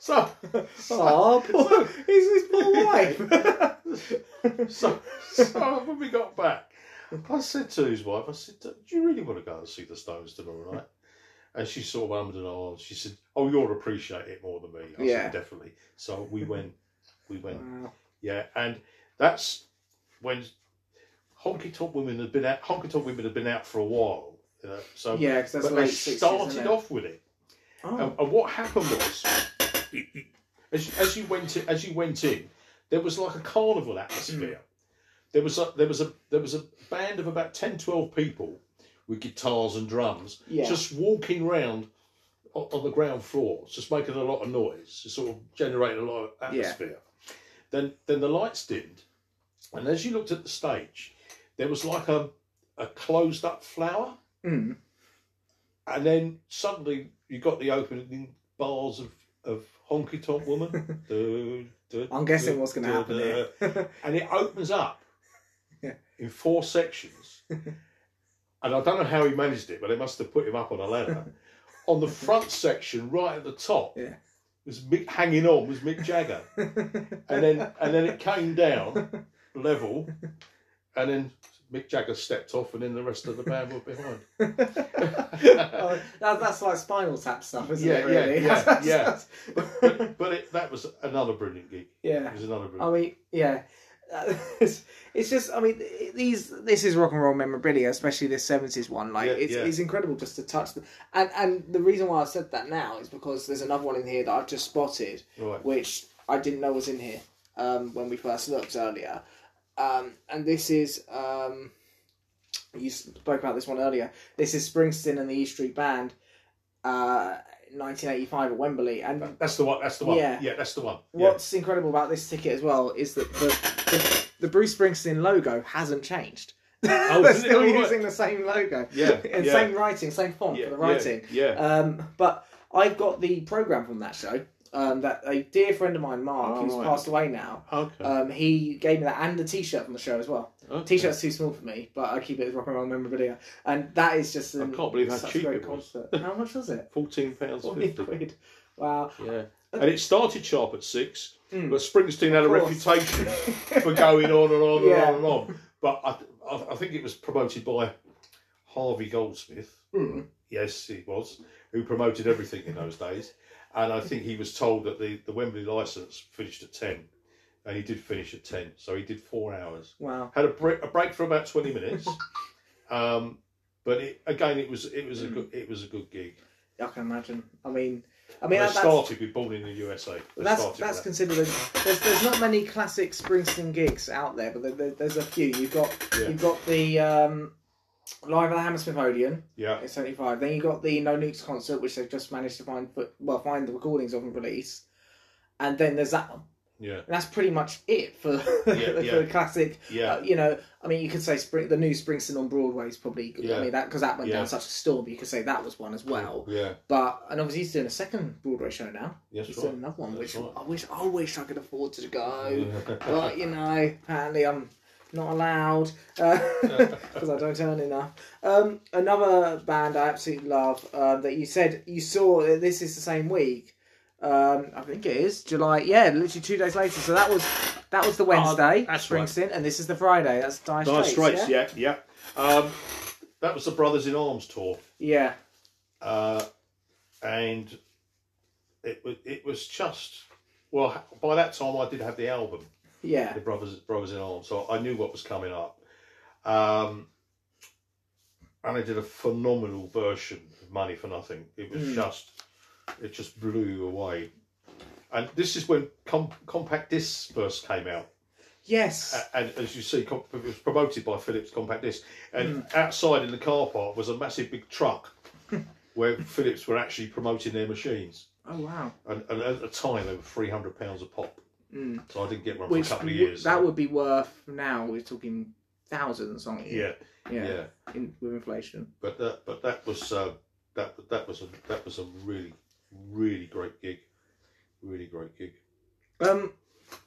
Speaker 2: so, so,
Speaker 1: Oh, poor, is his poor wife?
Speaker 2: so, so when we got back, I said to his wife, I said, Do you really want to go and see the Stones tomorrow night? And she sort of hummed and ahed. She said, Oh, you'll appreciate it more than me. I
Speaker 1: Yeah.
Speaker 2: said, Definitely. So we went. We went.
Speaker 1: wow.
Speaker 2: Yeah. And that's when honky tonk women had been out, honky tonk women had been out for a while. You know? So,
Speaker 1: Uh, Yeah, because that's
Speaker 2: but
Speaker 1: late
Speaker 2: they
Speaker 1: sixties.
Speaker 2: started off Um, with it.
Speaker 1: Oh,
Speaker 2: And, and what happened was, as, as you went in, as you went in, there was like a carnival atmosphere. There was a, there was a there was a band of about 10, 12 people with guitars and drums,
Speaker 1: Yeah.
Speaker 2: just walking round on, on the ground floor, just making a lot of noise, just sort of generating a lot of
Speaker 1: Yeah.
Speaker 2: atmosphere. Then then the lights dimmed, and as you looked at the stage, there was like a a closed up flower
Speaker 1: Mm.
Speaker 2: and then suddenly you got the opening bars of, of Honky Tonk Woman. Du- du-
Speaker 1: I'm guessing
Speaker 2: du-
Speaker 1: what's going to
Speaker 2: du-
Speaker 1: happen
Speaker 2: du-
Speaker 1: here.
Speaker 2: And it opens up
Speaker 1: Yeah.
Speaker 2: in four sections. and I don't know how he managed it, but they must have put him up on a ladder. on the front section, right at the top,
Speaker 1: Yeah.
Speaker 2: was Mick, hanging on was Mick Jagger. and then and then it came down level, and then Mick Jagger stepped off, and then the rest of the band were behind.
Speaker 1: Oh, that, that's like Spinal Tap stuff, isn't
Speaker 2: Yeah,
Speaker 1: it?
Speaker 2: yeah,
Speaker 1: Really?
Speaker 2: yeah,
Speaker 1: That's-
Speaker 2: yeah.
Speaker 1: that's-
Speaker 2: but but it, that was another brilliant gig.
Speaker 1: yeah.
Speaker 2: It was another
Speaker 1: I
Speaker 2: brilliant.
Speaker 1: mean, yeah, it's, it's just. I mean, these this is rock and roll memorabilia, especially this seventies one. Like,
Speaker 2: Yeah,
Speaker 1: it's,
Speaker 2: yeah.
Speaker 1: it's incredible just to touch them. And and the reason why I said that now is because there's another one in here that I've just spotted,
Speaker 2: Right.
Speaker 1: which I didn't know was in here. um, when we first looked earlier. Um, and this is um, you spoke about this one earlier. This is Springsteen and the E Street Band, uh, 1985 at Wembley. And
Speaker 2: That- That's the one. That's the one.
Speaker 1: Yeah.
Speaker 2: Yeah, that's the one. Yeah.
Speaker 1: what's incredible about this ticket as well is that the, the, the Bruce Springsteen logo hasn't changed.
Speaker 3: Oh,
Speaker 1: They're
Speaker 2: isn't it?
Speaker 1: still
Speaker 2: All right.
Speaker 1: using the same logo.
Speaker 3: Yeah,
Speaker 1: And
Speaker 3: yeah.
Speaker 1: same writing, same font for the writing.
Speaker 3: Yeah.
Speaker 1: Um, but I've got the program from that show. Um, that a dear friend of mine, Mark,
Speaker 3: Oh,
Speaker 1: who's
Speaker 3: right.
Speaker 1: passed away now,
Speaker 3: okay.
Speaker 1: um, he gave me that and the T-shirt from the show as well.
Speaker 3: okay.
Speaker 1: T-shirt's too small for me, but I keep it as rock and roll memorabilia, and that is just. An,
Speaker 3: I can't believe how
Speaker 1: such a
Speaker 3: cheap
Speaker 1: great
Speaker 3: it was.
Speaker 1: concert. How much was it?
Speaker 3: Fourteen pounds
Speaker 1: Forty
Speaker 3: fifty.
Speaker 1: quid. Wow.
Speaker 3: Yeah. And it started sharp at six,
Speaker 1: Mm.
Speaker 3: but Springsteen had a
Speaker 1: Of course.
Speaker 3: reputation for going on and on
Speaker 1: Yeah.
Speaker 3: and on and on.
Speaker 2: But I, th- I, I think it was promoted by Harvey Goldsmith.
Speaker 1: Mm.
Speaker 2: Yes, it was. Who promoted everything in those days. And I think he was told that the, the Wembley license finished at 10. And he did finish at 10. So he did four hours.
Speaker 1: Wow.
Speaker 2: Had a break, a break for about 20 minutes. um, but it, again, it was it was a good it was a good gig.
Speaker 1: I can imagine. I mean, I
Speaker 2: I
Speaker 1: mean
Speaker 2: mean, they
Speaker 1: that, that's
Speaker 2: started with Born in the USA. They
Speaker 1: that's
Speaker 2: started
Speaker 1: that's
Speaker 2: with
Speaker 1: considered. A, there's there's not many classic Springsteen gigs out there, but there, there- there's a few. You've got
Speaker 2: Yeah.
Speaker 1: you've got the um, live at the Hammersmith Odeon
Speaker 2: yeah,
Speaker 1: in '75. Then you got the No Nukes concert, which they've just managed to find but well find the recordings of and release. And then there's that one.
Speaker 2: yeah,
Speaker 1: And that's pretty much it for, for
Speaker 2: yeah.
Speaker 1: the classic.
Speaker 2: yeah.
Speaker 1: Uh, you know, I mean, you could say spring, the new Springsteen on Broadway is probably. I
Speaker 2: Yeah.
Speaker 1: mean, that because that went
Speaker 2: Yeah.
Speaker 1: down such a storm. You could say that was one as well.
Speaker 2: yeah,
Speaker 1: But and obviously he's doing a second Broadway show now.
Speaker 2: yes,
Speaker 1: he's
Speaker 2: right.
Speaker 1: doing another one, which
Speaker 2: That's right.
Speaker 1: I wish I wish I could afford to go.
Speaker 2: Yeah.
Speaker 1: but you know, apparently I'm not allowed because I don't earn enough. Um, another band I absolutely love um, that you said you saw. This is the same week. Um, I think it is July. Yeah, literally two days later. So that was that was the
Speaker 3: Oh,
Speaker 1: Wednesday.
Speaker 3: that's right.
Speaker 1: Springsteen, and this is the Friday. That's Dire
Speaker 3: Dire
Speaker 1: Straits.
Speaker 3: Straits, yeah, yeah.
Speaker 2: Um, that was the Brothers in Arms tour,
Speaker 1: yeah.
Speaker 2: uh, and it was it was just well by that time I did have the album,
Speaker 1: Yeah.
Speaker 2: the Brothers Brothers in Arms, so I knew what was coming up, um, and I did a phenomenal version of Money for Nothing. It was
Speaker 1: Mm.
Speaker 2: just it just blew you away, and this is when com- compact discs first came out.
Speaker 3: Uh,
Speaker 1: Yes.
Speaker 2: A- and as you see, com- it was promoted by Philips Compact Disc. And
Speaker 1: Hmm.
Speaker 2: outside in the car park was a massive big truck where Philips were actually promoting their machines.
Speaker 1: oh wow.
Speaker 2: And, and at the time, they were three hundred pounds a pop.
Speaker 1: Mm.
Speaker 2: So I didn't get one for
Speaker 1: Which
Speaker 2: a couple of
Speaker 1: w-
Speaker 2: years.
Speaker 1: that would be worth now. We're talking thousands, aren't you?
Speaker 2: yeah, yeah.
Speaker 1: Yeah. In, with inflation.
Speaker 2: But that, but that was uh, that that was a, that was a really, really great gig, really great gig.
Speaker 1: Um,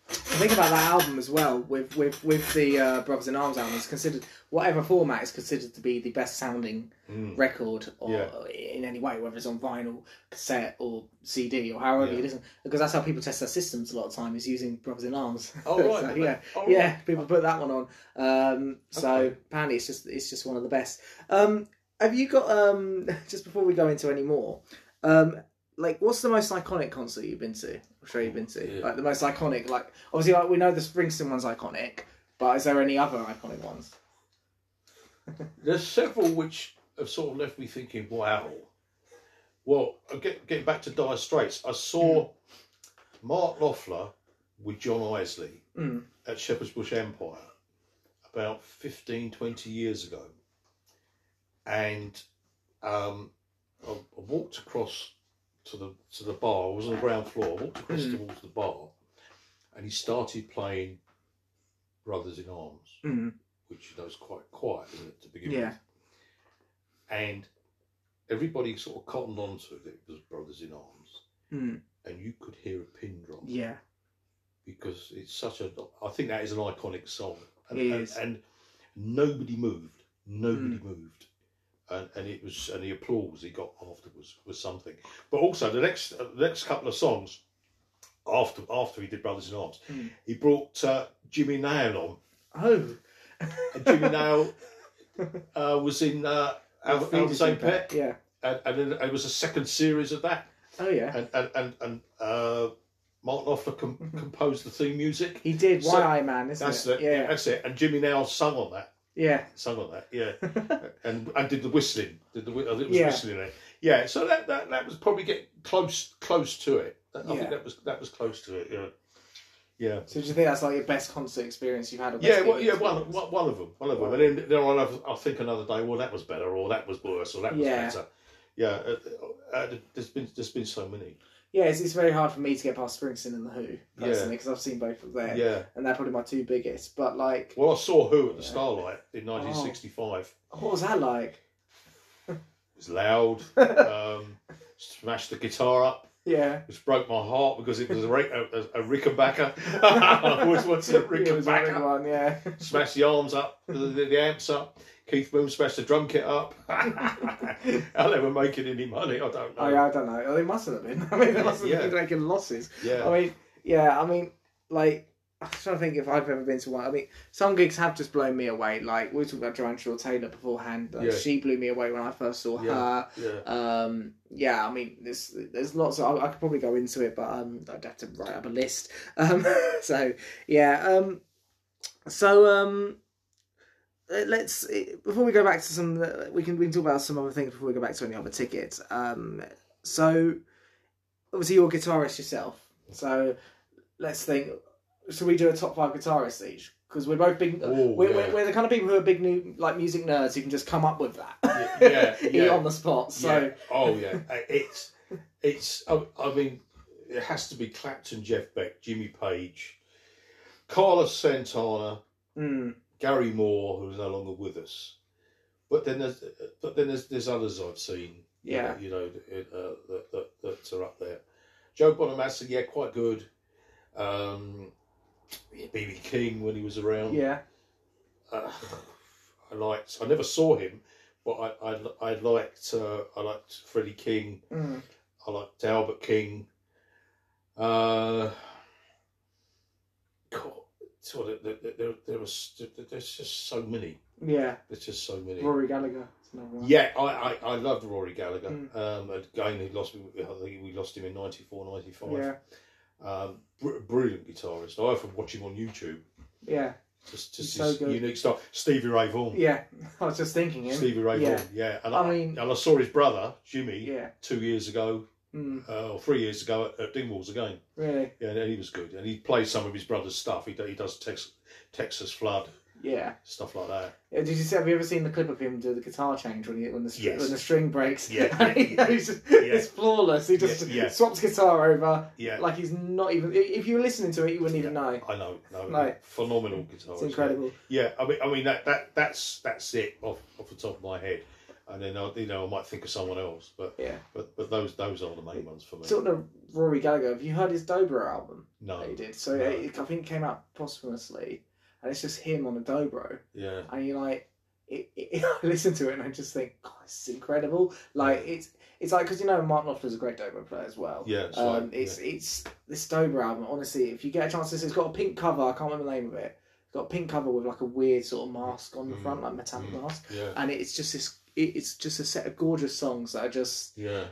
Speaker 1: I think about that album as well. With with with the uh, Brothers in Arms album, is considered whatever format is considered to be the best sounding
Speaker 2: Mm.
Speaker 1: record, or
Speaker 2: Yeah.
Speaker 1: in any way, whether it's on vinyl, cassette, or CD, or however
Speaker 2: Yeah.
Speaker 1: it isn't. Because that's how people test their systems a lot of time is using Brothers in Arms.
Speaker 2: Oh, right.
Speaker 1: So, yeah,
Speaker 2: Oh, right.
Speaker 1: yeah. People put that one on. Um, so
Speaker 2: Okay.
Speaker 1: apparently, it's just it's just one of the best. Um, have you got um? Just before we go into any more, um, like what's the most iconic concert you've been to? I'm sure you've been to
Speaker 2: Yeah.
Speaker 1: like the most iconic. Like obviously, like we know the Springsteen one's iconic, but is there any other iconic ones?
Speaker 2: There's several which have sort of left me thinking, wow. Well, I get, getting back to Dire Straits, I saw Mark Loeffler with John Isley
Speaker 1: Mm.
Speaker 2: at Shepherd's Bush Empire about 15, 20 years ago. And um, I, I walked across to the to the bar. I was on the ground floor. I walked across
Speaker 1: Mm.
Speaker 2: towards the bar, and he started playing Brothers in Arms
Speaker 1: Mm.
Speaker 2: which you know is quite quiet, isn't it, to begin
Speaker 1: Yeah.
Speaker 2: with? And everybody sort of cottoned on to it. It was Brothers in Arms,
Speaker 1: Mm.
Speaker 2: and you could hear a pin drop
Speaker 1: Yeah.
Speaker 2: because it's such a. I think that is an iconic song, and,
Speaker 1: It
Speaker 2: and,
Speaker 1: is. Mm.
Speaker 2: and nobody moved. Nobody moved. And, and it was and the applause he got afterwards was something. But also the next uh, the next couple of songs after after he did Brothers in Arms,
Speaker 1: Mm.
Speaker 2: he brought uh, Jimmy Nail on
Speaker 1: Oh.
Speaker 2: and Jimmy Nail uh, was in uh, Alf- Alf Saint Pet,
Speaker 1: Yeah.
Speaker 2: and, and then it was a second series of that,
Speaker 1: Oh yeah.
Speaker 2: and and and, and uh, Martin Offler
Speaker 1: Mm-hmm.
Speaker 2: com- composed the theme music.
Speaker 1: He did
Speaker 2: So-
Speaker 1: One Eye Man, isn't
Speaker 2: That's
Speaker 1: it?
Speaker 2: it. Yeah. that's it. And Jimmy Nail sung on that,
Speaker 1: Yeah.
Speaker 2: sung on that, yeah, and and did the whistling, did the whi- I think it was
Speaker 1: Yeah.
Speaker 2: whistling there, yeah. So that, that that was probably getting close close to it. I think
Speaker 1: Yeah.
Speaker 2: that was that was close to it. Yeah. Yeah.
Speaker 1: So do you think that's like your best concert experience you've had? or best
Speaker 2: Yeah,
Speaker 1: gig
Speaker 2: well, yeah, one,
Speaker 1: experience?
Speaker 2: one, one of them, one of them, and then there on. I think another day. Well, that was better, or that was worse, or that was
Speaker 1: Yeah.
Speaker 2: better. Yeah, uh, uh, there's been there's been so many.
Speaker 1: Yeah, it's, it's very hard for me to get past Springsteen and The Who personally because I've seen both of them,
Speaker 2: Yeah.
Speaker 1: and they're probably my two biggest. But like,
Speaker 2: Well, I saw Who at the
Speaker 1: Yeah. Oh.
Speaker 2: Starlight in 1965.
Speaker 1: what was that like?
Speaker 2: It was loud. um, smashed the guitar up.
Speaker 1: Yeah,
Speaker 2: Which broke my heart because it was a, Rick, a, a, a Rickenbacker. I always wanted a
Speaker 1: Yeah, it was a big
Speaker 2: Rickenbacker.
Speaker 1: one. Yeah,
Speaker 2: Smashed the arms up, the, the, the amps up. Keith Moon smashed the drum kit up. How they were making any money, I don't know.
Speaker 1: I, uh, I don't know. They mustn't have been. I mean, they mustn't have been taking losses.
Speaker 2: yeah.
Speaker 1: I mean, yeah, I mean, like, I'm trying to think if I've ever been to one. I mean, some gigs have just blown me away. Like, we were talking about Joanne Shaw Taylor beforehand. Like,
Speaker 2: Yeah.
Speaker 1: She blew me away when I first saw her.
Speaker 2: yeah.
Speaker 1: Um, yeah, I mean, there's there's lots. Of, I, I could probably go into it, but um, I'd have to write up a list. Um, so yeah, um, so um, let- let's before we go back to some, we can we can talk about some other things before we go back to any other tickets. Um, so obviously you're a guitarist yourself, so let's think. Should we do a top five guitarists each? Because we're both big.
Speaker 2: Ooh,
Speaker 1: we're,
Speaker 2: Oh, yeah.
Speaker 1: we're, we're the kind of people who are big new like music nerds who can just come up with that.
Speaker 2: Yeah, yeah.
Speaker 1: on the spot. So
Speaker 2: Yeah. Oh yeah, Uh, it's it's. I, I mean, it has to be Clapton, Jeff Beck, Jimmy Page, Carlos Santana,
Speaker 1: mm,
Speaker 2: Gary Moore, who's no longer with us. But then there's uh, but then there's there's others I've seen. you
Speaker 1: Yeah.
Speaker 2: know- you know uh, that, that that are up there. Joe Bonamassa, yeah, quite good. Um, BB King when he was around.
Speaker 1: yeah,
Speaker 2: uh, I liked. I never saw him, but I I, I liked uh, I liked Freddie King.
Speaker 1: mm,
Speaker 2: I liked Albert King. Uh, God, so there, there, there, there was there- there's just so many.
Speaker 1: yeah.
Speaker 2: There's just so many.
Speaker 1: Rory Gallagher. is another one.
Speaker 2: Yeah, I, I, I loved Rory Gallagher.
Speaker 1: Mm.
Speaker 2: Um, again, he lost. I think we lost him in 94, 95.
Speaker 1: yeah,
Speaker 2: Um, br- brilliant guitarist. I often watch him on YouTube.
Speaker 1: yeah,
Speaker 2: Just,
Speaker 1: He's
Speaker 2: just
Speaker 1: so
Speaker 2: his
Speaker 1: good.
Speaker 2: unique stuff. Stevie Ray Vaughan.
Speaker 1: yeah. I was just thinking him.
Speaker 2: Stevie Ray
Speaker 1: Yeah.
Speaker 2: Vaughan, yeah. And
Speaker 1: I
Speaker 2: I,
Speaker 1: mean-
Speaker 2: and I saw his brother Jimmy
Speaker 1: Yeah,
Speaker 2: two years ago
Speaker 1: mm,
Speaker 2: uh, or three years ago at, at Dingwalls again.
Speaker 1: really.
Speaker 2: Yeah, and he was good, and he plays some of his brother's stuff. He, do- he does Tex, Texas Flood
Speaker 1: Yeah.
Speaker 2: stuff like that.
Speaker 1: Yeah, Did you see, have you ever seen the clip of him do the guitar change when he, when the str-
Speaker 2: Yes.
Speaker 1: when the string breaks?
Speaker 2: Yeah,
Speaker 1: And
Speaker 2: yeah,
Speaker 1: he's just,
Speaker 2: yeah.
Speaker 1: it's flawless. He just
Speaker 2: Yeah, yeah.
Speaker 1: swaps guitar over
Speaker 2: Yeah,
Speaker 1: like he's not even. i- If you were listening to it, you wouldn't even know.
Speaker 2: I know, no,
Speaker 1: No.
Speaker 2: phenomenal guitar.
Speaker 1: It's incredible.
Speaker 2: Yeah, I mean, I mean that, that that's that's it off, off the top of my head, and then I, you know I might think of someone else, but
Speaker 1: Yeah.
Speaker 2: but but those those are the main ones for me.
Speaker 1: Talking of Rory Gallagher, have you heard his Dobro album
Speaker 2: no,
Speaker 1: that he did? So
Speaker 2: Oh, No.
Speaker 1: it, I think it came out posthumously, and it's just him on a Dobro.
Speaker 2: yeah,
Speaker 1: and you like it, it, I listen to it and I just think God, this is incredible. Like it's it's like because you know Martin Knopfler's a great dobro player as well.
Speaker 2: yeah, it's
Speaker 1: um,
Speaker 2: like-
Speaker 1: it's it's this dobro album. Honestly, if you get a chance to listen, it's got a pink cover. I can't remember the name of it. It's got a pink cover with like a weird sort of mask on the
Speaker 2: Mm,
Speaker 1: front, like metallic
Speaker 2: mm.
Speaker 1: mask,
Speaker 2: yeah,
Speaker 1: and it's just this. It, it's just a set of gorgeous songs that are just.
Speaker 2: yeah,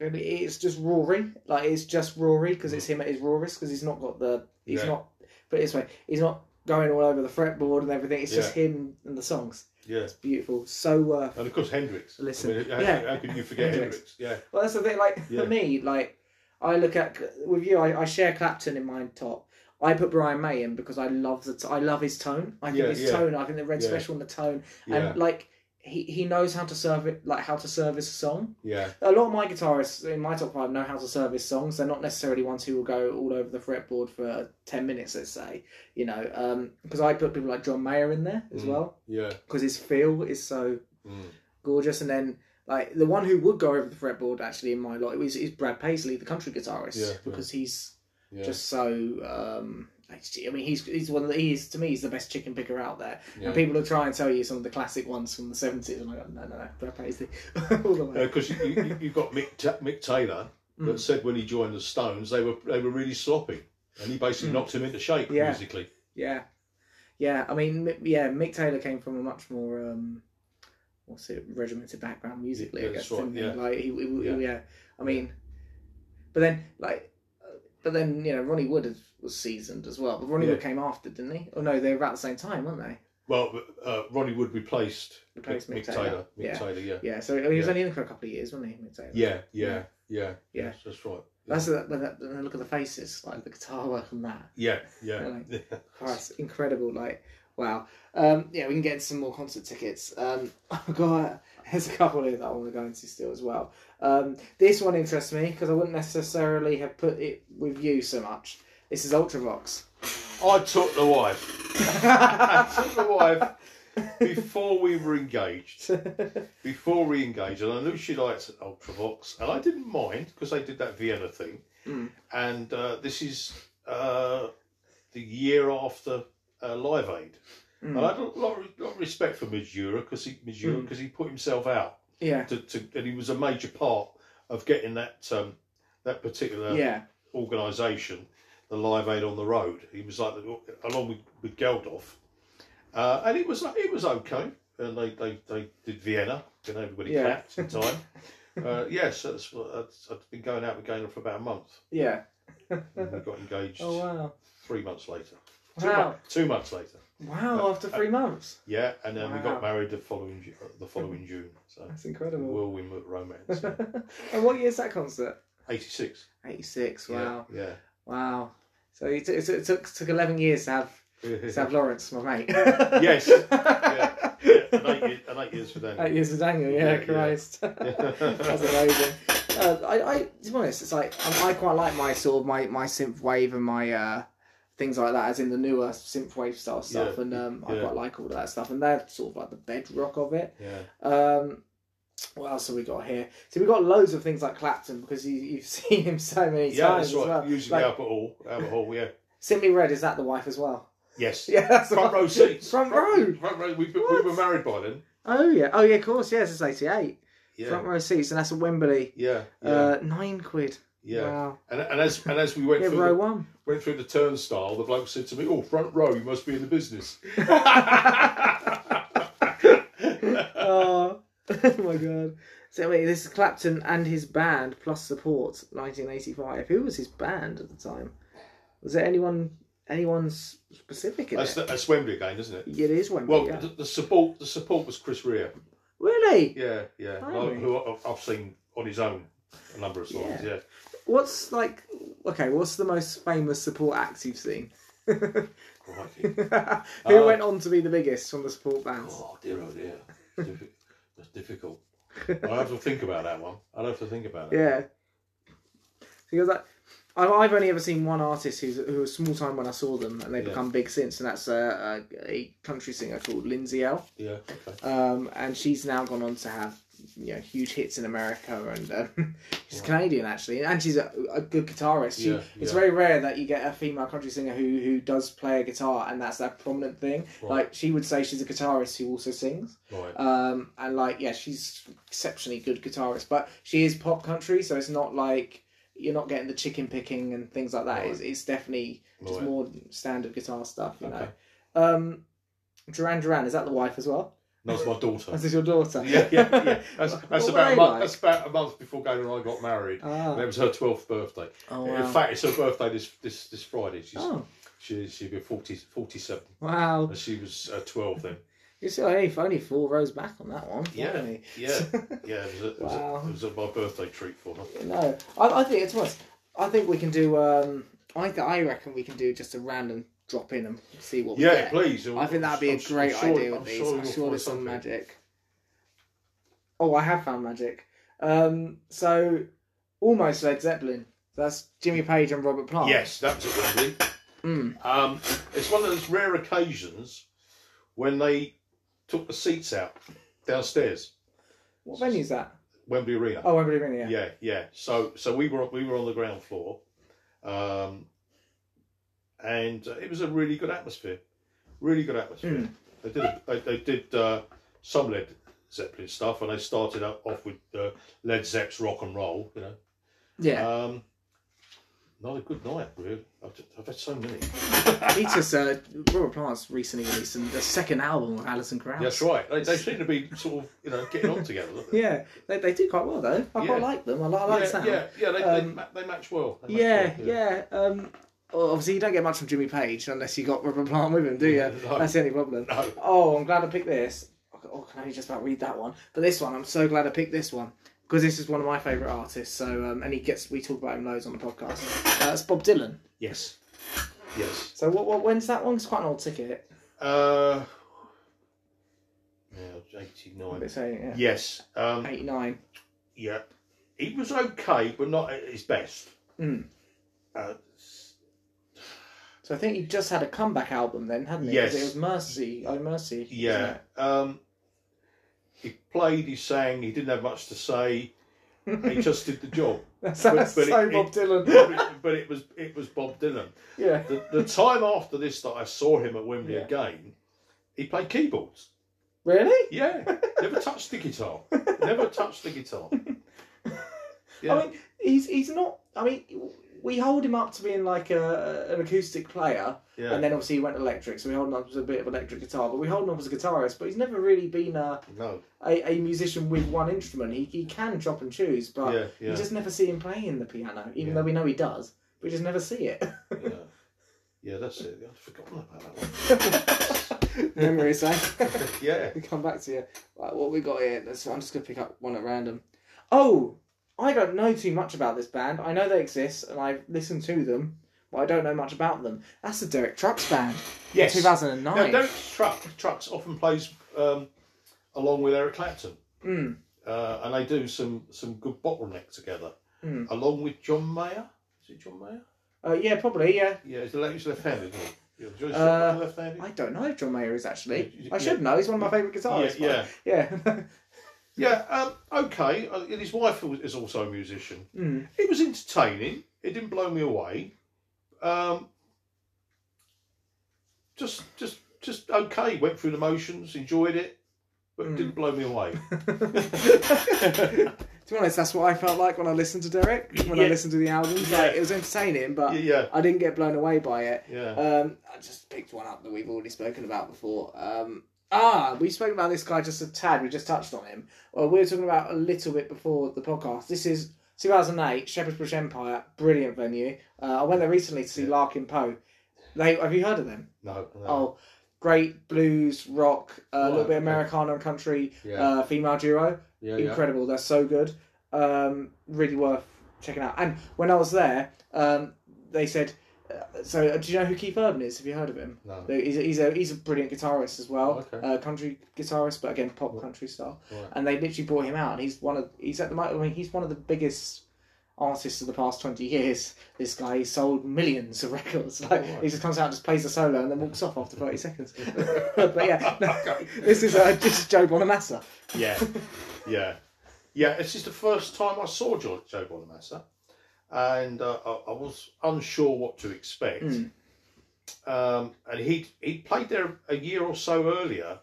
Speaker 1: and it- It's just Rory, like it's just Rory because it's him at his rawest because he's not got the. He's
Speaker 2: Mm. Yeah.
Speaker 1: not. Put it this way, he's not going all over the fretboard and everything. It's just him and the songs.
Speaker 2: yeah.
Speaker 1: It's beautiful. So uh, worth.
Speaker 2: And of course, Hendrix.
Speaker 1: Listen,
Speaker 2: I mean, how,
Speaker 1: yeah.
Speaker 2: how could you forget
Speaker 1: Hendrix.
Speaker 2: Hendrix? Yeah,
Speaker 1: Well, that's the thing. Like
Speaker 2: Yeah.
Speaker 1: for me, like I look at with you, I, I share Clapton in my top. I put Brian May in because I love the t- I love his tone. I think
Speaker 2: Yeah,
Speaker 1: his
Speaker 2: yeah.
Speaker 1: tone. I think the Red
Speaker 2: Yeah.
Speaker 1: Special and the tone,
Speaker 2: yeah,
Speaker 1: and like he, he knows how to serve it, like how to service a song.
Speaker 2: yeah,
Speaker 1: A lot of my guitarists in my top five know how to service songs. They're not necessarily ones who will go all over the fretboard for ten minutes, let's say. You know, because I put people like John Mayer in there as
Speaker 2: Mm.
Speaker 1: well
Speaker 2: yeah.
Speaker 1: because his feel is so
Speaker 2: Mm.
Speaker 1: gorgeous. And then like the one who would go over the fretboard actually in my lot is, is Brad Paisley, the country guitarist,
Speaker 2: Yeah, yeah.
Speaker 1: because he's
Speaker 2: Yeah.
Speaker 1: just so. Um, I mean, he's he's one of the, he is to me he's the best chicken picker out there.
Speaker 2: yeah.
Speaker 1: And people will try and tell you some of the classic ones from the seventies, and I go, no, no, no, Brad Paisley, all the way.
Speaker 2: because Uh, you, you, you've got Mick, Ta- Mick Taylor that
Speaker 1: Mm.
Speaker 2: said when he joined the Stones they were they were really sloppy and he basically
Speaker 1: Mm.
Speaker 2: knocked him into shape
Speaker 1: Yeah.
Speaker 2: musically.
Speaker 1: Yeah, yeah. I mean, Mi- yeah. Mick Taylor came from a much more um, what's it, regimented background musically.
Speaker 2: Yeah,
Speaker 1: I guess.
Speaker 2: that's right,
Speaker 1: didn't he?
Speaker 2: yeah.
Speaker 1: Like he, he- he-
Speaker 2: Yeah.
Speaker 1: yeah. I mean, but then like, uh, but then you know Ronnie Wood is, was seasoned as well. But Ronnie
Speaker 2: Yeah.
Speaker 1: Wood came after, didn't he? Oh no, they were about the same time, weren't they?
Speaker 2: Well, uh, Ronnie Wood replaced,
Speaker 1: Replaced Mick
Speaker 2: Taylor.
Speaker 1: Taylor.
Speaker 2: Mick
Speaker 1: Yeah.
Speaker 2: Taylor, yeah.
Speaker 1: Yeah. So he was
Speaker 2: Yeah.
Speaker 1: only in for a couple of years, wasn't he? Mick Taylor.
Speaker 2: Yeah, yeah, yeah,
Speaker 1: Yeah.
Speaker 2: That's, that's right.
Speaker 1: That's when that, when I look at the faces, like the guitar work and that.
Speaker 2: Yeah, yeah.
Speaker 1: Really? Christ, incredible! Like, wow. Um, yeah, we can get into some more concert tickets. Um, I've got there's a couple here that I want to go into still as well. Um, this one interests me because I wouldn't necessarily have put it with you so much. This is Ultravox.
Speaker 2: I took the wife. I took the wife before we were engaged. Before we engaged, and I knew she liked Ultravox, and I didn't mind because they did that Vienna thing.
Speaker 1: Mm.
Speaker 2: And uh, this is uh, the year after uh, Live Aid,
Speaker 1: Hmm.
Speaker 2: and I had a lot, of- lot of respect for Majura because he Majura
Speaker 1: Mm.
Speaker 2: 'cause he put himself out
Speaker 1: yeah,
Speaker 2: to, to, and he was a major part of getting that um, that particular
Speaker 1: yeah,
Speaker 2: organisation, the Live Aid on the Road. He was like the, along with, with Geldof, uh, and it was it was okay. And they, they, they did Vienna, and everybody
Speaker 1: Yeah.
Speaker 2: clapped in time. uh, yes, that's what that's, I've been going out with Gaynor for about a month.
Speaker 1: yeah.
Speaker 2: And we got engaged
Speaker 1: Oh wow!
Speaker 2: three months later. Two,
Speaker 1: Wow!
Speaker 2: mon- two months later.
Speaker 1: Wow! After three months,
Speaker 2: Yeah, and then we
Speaker 1: Wow.
Speaker 2: got married the following Ju- uh, the following June. So
Speaker 1: that's incredible.
Speaker 2: whirlwind romance. yeah.
Speaker 1: and what year's that concert?
Speaker 2: Eighty six.
Speaker 1: Eighty six.
Speaker 2: Yeah,
Speaker 1: Wow!
Speaker 2: Yeah.
Speaker 1: Wow! So it, it, it took took eleven years to have to have Lawrence, my mate.
Speaker 2: Yes. Yeah. yeah, and eight, years, and eight years for
Speaker 1: Eight
Speaker 2: them.
Speaker 1: years with Daniel, yeah,
Speaker 2: Yeah, yeah.
Speaker 1: Christ. That's amazing. Uh, I, I, to be honest, it's like I, I quite like my sort of my, my synth wave and my uh, things like that, as in the newer synth wave style stuff,
Speaker 2: Yeah,
Speaker 1: and um, I
Speaker 2: yeah.
Speaker 1: quite like all that stuff, and they're sort of like the bedrock of it.
Speaker 2: yeah.
Speaker 1: Um, what else have we got here? So we've got loads of things like Clapton because you, you've seen him so many
Speaker 2: Yeah,
Speaker 1: times
Speaker 2: that's right.
Speaker 1: as well.
Speaker 2: Usually
Speaker 1: Like,
Speaker 2: Albert Hall. Albert Hall, yeah.
Speaker 1: Simply Red is that the wife as well?
Speaker 2: Yes.
Speaker 1: Yeah, that's the
Speaker 2: Front
Speaker 1: one.
Speaker 2: row seats.
Speaker 1: Front row.
Speaker 2: Front row. We, we
Speaker 1: What?
Speaker 2: were married by then.
Speaker 1: Oh yeah, oh yeah, of course, yes, it's eighty eight.
Speaker 2: Yeah.
Speaker 1: Front row seats, and that's at Wembley.
Speaker 2: yeah. Yeah.
Speaker 1: Uh, nine quid.
Speaker 2: yeah.
Speaker 1: Wow.
Speaker 2: And, and as and as we went
Speaker 1: Yeah,
Speaker 2: through
Speaker 1: row
Speaker 2: the,
Speaker 1: one.
Speaker 2: went through the turnstile, the bloke said to me, "Oh, front row, you must be in the business."
Speaker 1: oh. oh my god. So wait, this is Clapton and his band plus support, 1985. Who was his band at the time? Was there anyone anyone s- specific in
Speaker 2: that's,
Speaker 1: it?
Speaker 2: the, that's Wembley again, isn't it?
Speaker 1: Yeah, it is Wembley.
Speaker 2: Well,
Speaker 1: yeah.
Speaker 2: the, the support the support was Chris Rea.
Speaker 1: really?
Speaker 2: Yeah, yeah.
Speaker 1: Blimey.
Speaker 2: Who I- I've seen on his own a number of times.
Speaker 1: Yeah.
Speaker 2: Yeah.
Speaker 1: What's like? Okay, what's the most famous support act you've seen?
Speaker 2: Crikey.
Speaker 1: Who
Speaker 2: Uh,
Speaker 1: went on to be the biggest from the support bands?
Speaker 2: Oh dear, oh dear. Diffi- That's difficult. I have to think about that one. I'll have to think about that.
Speaker 1: Yeah. Because I, I've I've only ever seen one artist who's who was small time when I saw them, and they've
Speaker 2: Yeah.
Speaker 1: become big since, and that's a, a, a country singer called Lindsay L.
Speaker 2: Yeah. Okay.
Speaker 1: Um, and she's now gone on to have you know huge hits in America, and um, she's Canadian actually, and she's a, a good guitarist. She,
Speaker 2: Yeah,
Speaker 1: It's
Speaker 2: yeah.
Speaker 1: very rare that you get a female country singer who who does play a guitar, and that's that prominent thing.
Speaker 2: Right.
Speaker 1: Like she would say, she's a guitarist who also sings.
Speaker 2: Right.
Speaker 1: Um, and like, yeah, she's exceptionally good guitarist, but she is pop country, so it's not like you're not getting the chicken picking and things like that.
Speaker 2: Right.
Speaker 1: It's, it's definitely just
Speaker 2: Right.
Speaker 1: more standard guitar stuff, you
Speaker 2: Okay.
Speaker 1: know. Um, Duran Duran is that the wife as well?
Speaker 2: That's my daughter.
Speaker 1: As is your daughter?
Speaker 2: yeah, yeah, yeah. That's, that's
Speaker 1: were
Speaker 2: about
Speaker 1: they
Speaker 2: a month.
Speaker 1: like?
Speaker 2: That's about a month before Gail and I got married. And
Speaker 1: Ah.
Speaker 2: it was her twelfth birthday.
Speaker 1: Oh
Speaker 2: In
Speaker 1: wow.
Speaker 2: fact, it's her birthday this this, this Friday. She's
Speaker 1: Oh
Speaker 2: she she'll be 40, 47.
Speaker 1: wow.
Speaker 2: And She was uh, twelve then.
Speaker 1: You see, only only four rows back on that one.
Speaker 2: Yeah.
Speaker 1: blimey.
Speaker 2: Yeah, yeah. It was, a, it was,
Speaker 1: Wow.
Speaker 2: a, it was a, my birthday treat for her.
Speaker 1: No, I, I think it's worse. I think we can do. Um, I th- I reckon we can do just a random drop in and see what. we
Speaker 2: Yeah,
Speaker 1: get.
Speaker 2: please.
Speaker 1: I think that'd be
Speaker 2: I'm
Speaker 1: a
Speaker 2: s-
Speaker 1: great
Speaker 2: I'm sure-
Speaker 1: idea with
Speaker 2: I'm
Speaker 1: these.
Speaker 2: sure
Speaker 1: I'm
Speaker 2: we'll
Speaker 1: sure
Speaker 2: find
Speaker 1: there's some
Speaker 2: something.
Speaker 1: magic. Oh, I have found magic. Um, so almost Led Zeppelin. That's Jimmy Page and Robert Plant.
Speaker 2: Yes, that was at Wembley.
Speaker 1: Mm.
Speaker 2: Um, it's one of those rare occasions when they took the seats out downstairs,
Speaker 1: What venue is that?
Speaker 2: Wembley Arena.
Speaker 1: Oh, Wembley Arena. Yeah.
Speaker 2: yeah. yeah, So, so we were we were on the ground floor, um, and uh, it was a really good atmosphere, really good atmosphere.
Speaker 1: Mm.
Speaker 2: They did a, they, they did uh, some Led Zeppelin stuff, and they started up, off with uh, Led Zepp's Rock and Roll, you know.
Speaker 1: Yeah.
Speaker 2: Um, not a good night, really. I've, just, I've had so many.
Speaker 1: he just uh, Robert Plant's recently released some- the second album of Alison Krauss.
Speaker 2: That's right. They, they seem to be sort of you know getting on together. Don't they?
Speaker 1: Yeah, they, they do quite well though. I
Speaker 2: Yeah.
Speaker 1: quite like them. I like, I like
Speaker 2: yeah,
Speaker 1: sound.
Speaker 2: yeah, yeah, They, they,
Speaker 1: Um,
Speaker 2: ma- they match well. They match
Speaker 1: Yeah,
Speaker 2: well,
Speaker 1: yeah. Um, well, obviously, you don't get much from Jimmy Page unless you got Robert Plant with him, do you?
Speaker 2: No.
Speaker 1: That's the only problem.
Speaker 2: No.
Speaker 1: Oh, I'm glad I picked this. Oh, I can only just about read that one. But this one, I'm so glad I picked this one. because this is one of my favourite artists. So um, and he gets we talk about him loads on the podcast. Uh, it's Bob Dylan.
Speaker 2: Yes. Yes.
Speaker 1: So what, what when's that one? It's quite an old ticket.
Speaker 2: Uh, yeah, 89.
Speaker 1: They say yeah.
Speaker 2: Yes. Um,
Speaker 1: eighty nine.
Speaker 2: yeah. He was okay, but not at his best.
Speaker 1: Mm.
Speaker 2: Uh,
Speaker 1: So I think he just had a comeback album then, hadn't he? 'Cause
Speaker 2: Yes.
Speaker 1: It was Mercy. Oh Mercy. wasn't
Speaker 2: yeah.
Speaker 1: it?
Speaker 2: Um, he played, he sang, he didn't have much to say. he just did the job.
Speaker 1: That sounds
Speaker 2: but it-
Speaker 1: so
Speaker 2: it-
Speaker 1: Bob
Speaker 2: But
Speaker 1: Dylan.
Speaker 2: it, but it was it was Bob Dylan.
Speaker 1: yeah.
Speaker 2: The, the time after this that I saw him at Wembley
Speaker 1: Yeah.
Speaker 2: again, he played keyboards.
Speaker 1: Really?
Speaker 2: Yeah, never touched the guitar. Never touched the guitar. Yeah.
Speaker 1: I mean, he's he's not. I mean, we hold him up to being like a an acoustic player,
Speaker 2: yeah.
Speaker 1: and then obviously he went electric, so we hold him up as a bit of electric guitar. But we hold him up as a guitarist, but he's never really been a
Speaker 2: no.
Speaker 1: a, a musician with one instrument. He he can chop and choose, but
Speaker 2: Yeah,
Speaker 1: you
Speaker 2: yeah.
Speaker 1: just never see him playing the piano, even
Speaker 2: Yeah.
Speaker 1: though we know he does. We just never see it.
Speaker 2: yeah. Yeah, that's it. I've forgotten about that one.
Speaker 1: Memories, eh?
Speaker 2: Yeah.
Speaker 1: we come back to you. Right, what we got here? That's, I'm just gonna pick up one at random. Oh, I don't know too much about this band. I know they exist and I've listened to them, but I don't know much about them. That's the Derek Trucks band,
Speaker 2: Yes. Now,
Speaker 1: 2009.
Speaker 2: Derek Truck, Trucks often plays um, along with Eric Clapton,
Speaker 1: Mm,
Speaker 2: uh, and they do some, some good bottleneck together,
Speaker 1: Mm.
Speaker 2: along with John Mayer. Is it John Mayer?
Speaker 1: Uh, yeah, probably. Yeah,
Speaker 2: Yeah, he's left- he's left-handed. Isn't he? Yeah, John's
Speaker 1: Uh,
Speaker 2: left-handed.
Speaker 1: I don't know if John Mayer is actually. I
Speaker 2: Yeah.
Speaker 1: should know. He's one of my favourite guitarists.
Speaker 2: yeah,
Speaker 1: yeah, yeah.
Speaker 2: yeah. Um, okay. Uh, his wife is also a musician.
Speaker 1: Mm,
Speaker 2: it was entertaining. It didn't blow me away. Um, just, just, just okay. Went through the motions, enjoyed it, but
Speaker 1: Mm.
Speaker 2: didn't blow me away.
Speaker 1: To be honest, that's what I felt like when I listened to Derek. When I
Speaker 2: Yeah.
Speaker 1: listened to the albums,
Speaker 2: Yeah.
Speaker 1: like, it was entertaining, but
Speaker 2: yeah,
Speaker 1: I didn't get blown away by it.
Speaker 2: yeah,
Speaker 1: Um, I just picked one up that we've already spoken about before. Um, ah, we spoke about this guy just a tad. We just touched on him. Well, we were talking about a little bit before the podcast. This is 2008, Shepherd's Bush Empire, brilliant venue. Uh, I went there recently to see
Speaker 2: Yeah.
Speaker 1: Larkin Poe. They, have you heard of them?
Speaker 2: no, no.
Speaker 1: Oh, great blues, rock, a
Speaker 2: Right,
Speaker 1: little bit
Speaker 2: okay.
Speaker 1: Americana and country,
Speaker 2: yeah,
Speaker 1: uh, female duo
Speaker 2: yeah,
Speaker 1: incredible. They're so good. Um, really worth checking out. And when I was there, um, they said, uh, so uh, do you know who Keith Urban is? Have you heard of him?
Speaker 2: No,
Speaker 1: He's a, he's a, he's a brilliant guitarist as well,
Speaker 2: Oh, okay.
Speaker 1: uh, country guitarist, but again pop country style.
Speaker 2: Right.
Speaker 1: And they literally brought him out, and he's one of he's at the moment. I mean, he's one of the biggest artists of the past twenty years. This guy he's sold millions of records. Like
Speaker 2: right.
Speaker 1: he just comes out, and just plays a solo, and then walks off after thirty seconds. but yeah, no, this is uh, just Joe Bonamassa.
Speaker 2: yeah, yeah, yeah. It's just the first time I saw Joe, Joe Bonamassa, and uh, I, I was unsure what to expect.
Speaker 1: Mm.
Speaker 2: Um, and he he played there a year or so earlier,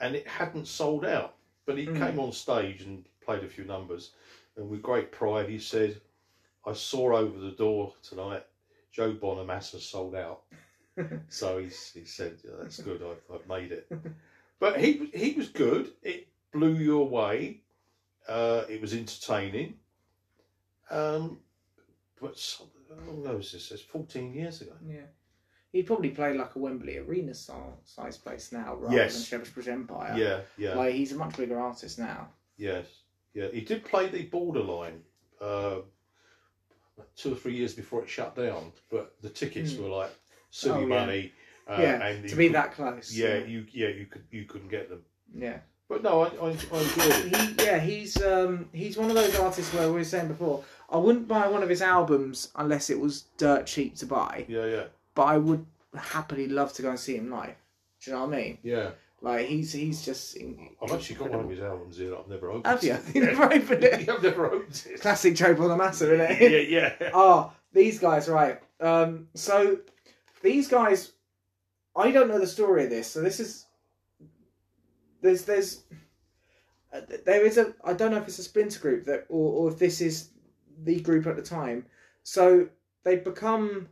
Speaker 2: and it hadn't sold out. But he
Speaker 1: Mm.
Speaker 2: came on stage and played a few numbers, and with great pride he said, "I saw over the door tonight." Joe Bonamassa sold out, so he, he said, yeah, "That's good. I've, I've made it." But he he was good. It blew you away. Uh, it was entertaining. Um, but some- how long was this? It's fourteen years ago.
Speaker 1: Yeah. He'd probably play like a Wembley Arena style size place now rather
Speaker 2: Yes.
Speaker 1: than Shepherd's Bush Empire.
Speaker 2: Yeah, yeah,
Speaker 1: Like he's a much bigger artist now.
Speaker 2: yes, yeah. He did play the Borderline uh, two or three years before it shut down, but the tickets
Speaker 1: Hmm.
Speaker 2: were like silly
Speaker 1: Oh, yeah.
Speaker 2: money. Uh,
Speaker 1: yeah.
Speaker 2: and
Speaker 1: to
Speaker 2: you
Speaker 1: be
Speaker 2: could-
Speaker 1: that uh, close.
Speaker 2: Yeah, you yeah you could you couldn't get them.
Speaker 1: Yeah.
Speaker 2: But no, I I, I enjoyed it.
Speaker 1: He, yeah, he's um he's one of those artists where we were saying before, I wouldn't buy one of his albums unless it was dirt cheap to buy.
Speaker 2: Yeah, yeah,
Speaker 1: But I would happily love to go and see him live. Do you know what I mean?
Speaker 2: yeah.
Speaker 1: Like he's he's just in-
Speaker 2: I've actually got one of his albums here that I've never opened.
Speaker 1: Have you? You
Speaker 2: Yeah.
Speaker 1: never opened it.
Speaker 2: I've never opened it.
Speaker 1: Classic Joe Bonamassa, isn't it?
Speaker 2: yeah, yeah.
Speaker 1: Ah, these guys, right. Um, so these guys, I don't know the story of this. So this is there's there's uh, there is a I don't know if it's a splinter group that or or if this is the group at the time. So they've become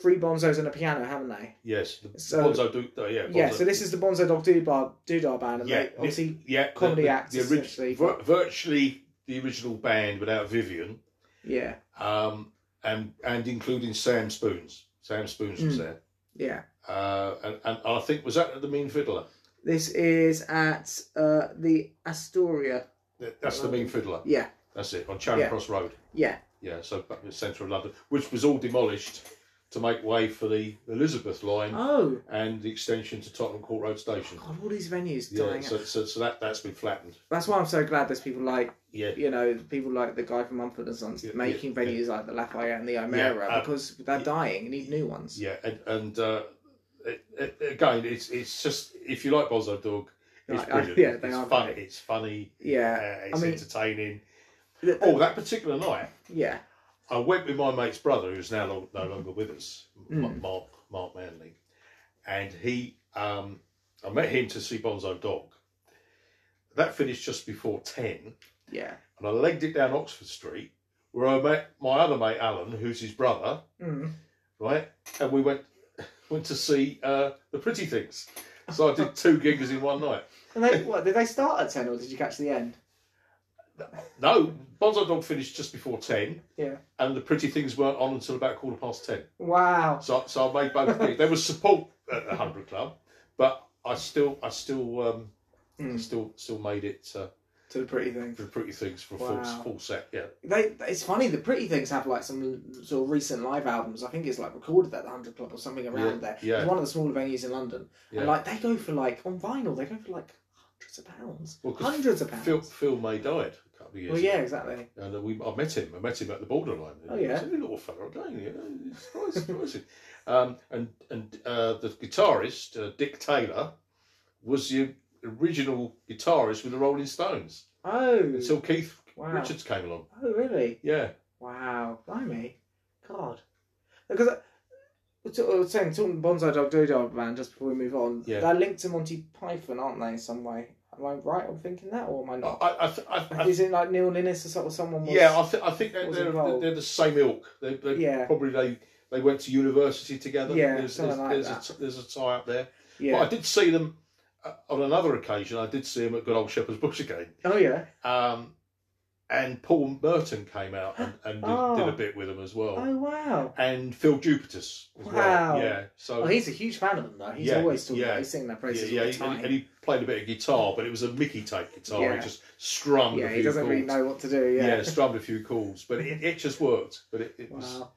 Speaker 1: three bonzos and a piano, haven't they?
Speaker 2: Yes, the
Speaker 1: So-
Speaker 2: Bonzo do. Oh, yeah, Bonzo.
Speaker 1: Yeah. So this is the Bonzo Dog Doodah Doodah band, and
Speaker 2: yeah,
Speaker 1: they obviously
Speaker 2: yeah, the-
Speaker 1: comedy
Speaker 2: the,
Speaker 1: acts,
Speaker 2: the orig-
Speaker 1: essentially.
Speaker 2: vir- virtually the original band without Vivian,
Speaker 1: yeah
Speaker 2: um, and and including Sam Spoons. Sam Spoons
Speaker 1: Mm.
Speaker 2: was there,
Speaker 1: yeah.
Speaker 2: uh, and, and I think was that at the Mean Fiddler.
Speaker 1: This is at uh, the Astoria
Speaker 2: Th- That's the Mean Fiddler.
Speaker 1: Yeah,
Speaker 2: That's it on Charing
Speaker 1: Yeah.
Speaker 2: Cross Road.
Speaker 1: yeah,
Speaker 2: Yeah, so back in the centre of London, which was all demolished to make way for the Elizabeth line
Speaker 1: Oh,
Speaker 2: and the extension to Tottenham Court Road Station.
Speaker 1: God, all these venues
Speaker 2: Yeah,
Speaker 1: dying.
Speaker 2: so,
Speaker 1: out.
Speaker 2: so, so that that's been flattened.
Speaker 1: That's why I'm so glad there's people like
Speaker 2: Yeah,
Speaker 1: you know people like the guy from Mumford and Sons
Speaker 2: Yeah,
Speaker 1: making
Speaker 2: yeah,
Speaker 1: venues like the Lafayette and the Omera
Speaker 2: uh,
Speaker 1: because they're dying and need new ones.
Speaker 2: yeah, and, and uh, it, it, again, it's it's just if you like Bozo Dog, it's
Speaker 1: Right, I-
Speaker 2: brilliant.
Speaker 1: yeah, they
Speaker 2: it's
Speaker 1: are
Speaker 2: fun.
Speaker 1: great.
Speaker 2: It's funny. Uh,
Speaker 1: Yeah,
Speaker 2: it's
Speaker 1: I mean-
Speaker 2: entertaining.
Speaker 1: The-
Speaker 2: Oh, that particular night,
Speaker 1: yeah,
Speaker 2: I went with my mate's brother, who's now lo- no longer with us, M-
Speaker 1: Mm.
Speaker 2: Mark Mark Manley, and he. Um, I met him to see Bonzo Dog. That finished just before ten,
Speaker 1: yeah.
Speaker 2: and I legged it down Oxford Street, where I met my other mate Alan, who's his brother,
Speaker 1: Mm.
Speaker 2: right? And we went went to see uh, the Pretty Things. So I did two gigs in one night.
Speaker 1: And they, what did they start at ten or did you catch the end?
Speaker 2: No, Bonzo Dog finished just before ten.
Speaker 1: Yeah.
Speaker 2: And the Pretty Things weren't on until about quarter past ten.
Speaker 1: Wow.
Speaker 2: So, so I made both gigs. There was support at the Hundred Club, but I still, I still, um,
Speaker 1: Mm.
Speaker 2: still, still made it uh,
Speaker 1: To the pretty things.
Speaker 2: for the Pretty Things for a
Speaker 1: Wow.
Speaker 2: full, full set. Yeah,
Speaker 1: They, it's funny. The pretty things have like some sort of recent live albums. I think it's like recorded at the Hundred Club or something around there.
Speaker 2: yeah.
Speaker 1: It's one of the smaller venues in London,
Speaker 2: Yeah.
Speaker 1: and like they go for like on vinyl, they go for like hundreds of pounds,
Speaker 2: Well, 'cause
Speaker 1: hundreds of pounds.
Speaker 2: Phil, Phil May died a couple of years.
Speaker 1: well,
Speaker 2: ago.
Speaker 1: yeah, exactly.
Speaker 2: And uh, we, I met him. I met him at the borderline.
Speaker 1: Oh, yeah.
Speaker 2: he's a little fella again. Yeah, it's nice, it's nice. Um, and and uh, the guitarist uh, Dick Taylor was the original guitarist with the Rolling Stones
Speaker 1: Oh,
Speaker 2: until Keith
Speaker 1: wow.
Speaker 2: Richards came along.
Speaker 1: Oh, really?
Speaker 2: Yeah,
Speaker 1: Wow, blimey, God. Because I, I was- I was saying talking Bonsai Dog Dodo Man just before we move on.
Speaker 2: Yeah.
Speaker 1: They're linked to Monty Python, aren't they? In some way. Am I right? I'm thinking that, or am I
Speaker 2: I,
Speaker 1: not?
Speaker 2: I, I, th- I, I
Speaker 1: Is it like Neil Innes or so- or someone? Was,
Speaker 2: yeah, I, th- I think they're,
Speaker 1: was
Speaker 2: they're,
Speaker 1: involved.
Speaker 2: they're the same ilk. They, they
Speaker 1: Yeah.
Speaker 2: probably they, they went to university together.
Speaker 1: Yeah,
Speaker 2: there's,
Speaker 1: something
Speaker 2: there's,
Speaker 1: like
Speaker 2: there's,
Speaker 1: that.
Speaker 2: a, t- there's a tie up there.
Speaker 1: yeah.
Speaker 2: But I did see them uh, on another occasion. I did see them at Good Old Shepherd's Bush again.
Speaker 1: Oh yeah.
Speaker 2: Um, and Paul Merton came out and, and did,
Speaker 1: Oh.
Speaker 2: did a bit with them as well.
Speaker 1: Oh wow.
Speaker 2: And Phil Jupitus as
Speaker 1: Wow.
Speaker 2: well. Yeah. So
Speaker 1: Oh, he's a huge fan of them though. He's
Speaker 2: Yeah,
Speaker 1: always talking.
Speaker 2: yeah.
Speaker 1: about, he's singing their
Speaker 2: yeah,
Speaker 1: praises
Speaker 2: yeah,
Speaker 1: all the
Speaker 2: he-
Speaker 1: time.
Speaker 2: and, he played a bit of guitar, but it was a Mickey type guitar.
Speaker 1: Yeah.
Speaker 2: He just strummed a
Speaker 1: yeah,
Speaker 2: few
Speaker 1: he doesn't
Speaker 2: chords.
Speaker 1: really know what to do.
Speaker 2: yeah.
Speaker 1: Yeah.
Speaker 2: strummed a few chords, but it, it just worked. But it, it was,
Speaker 1: Wow.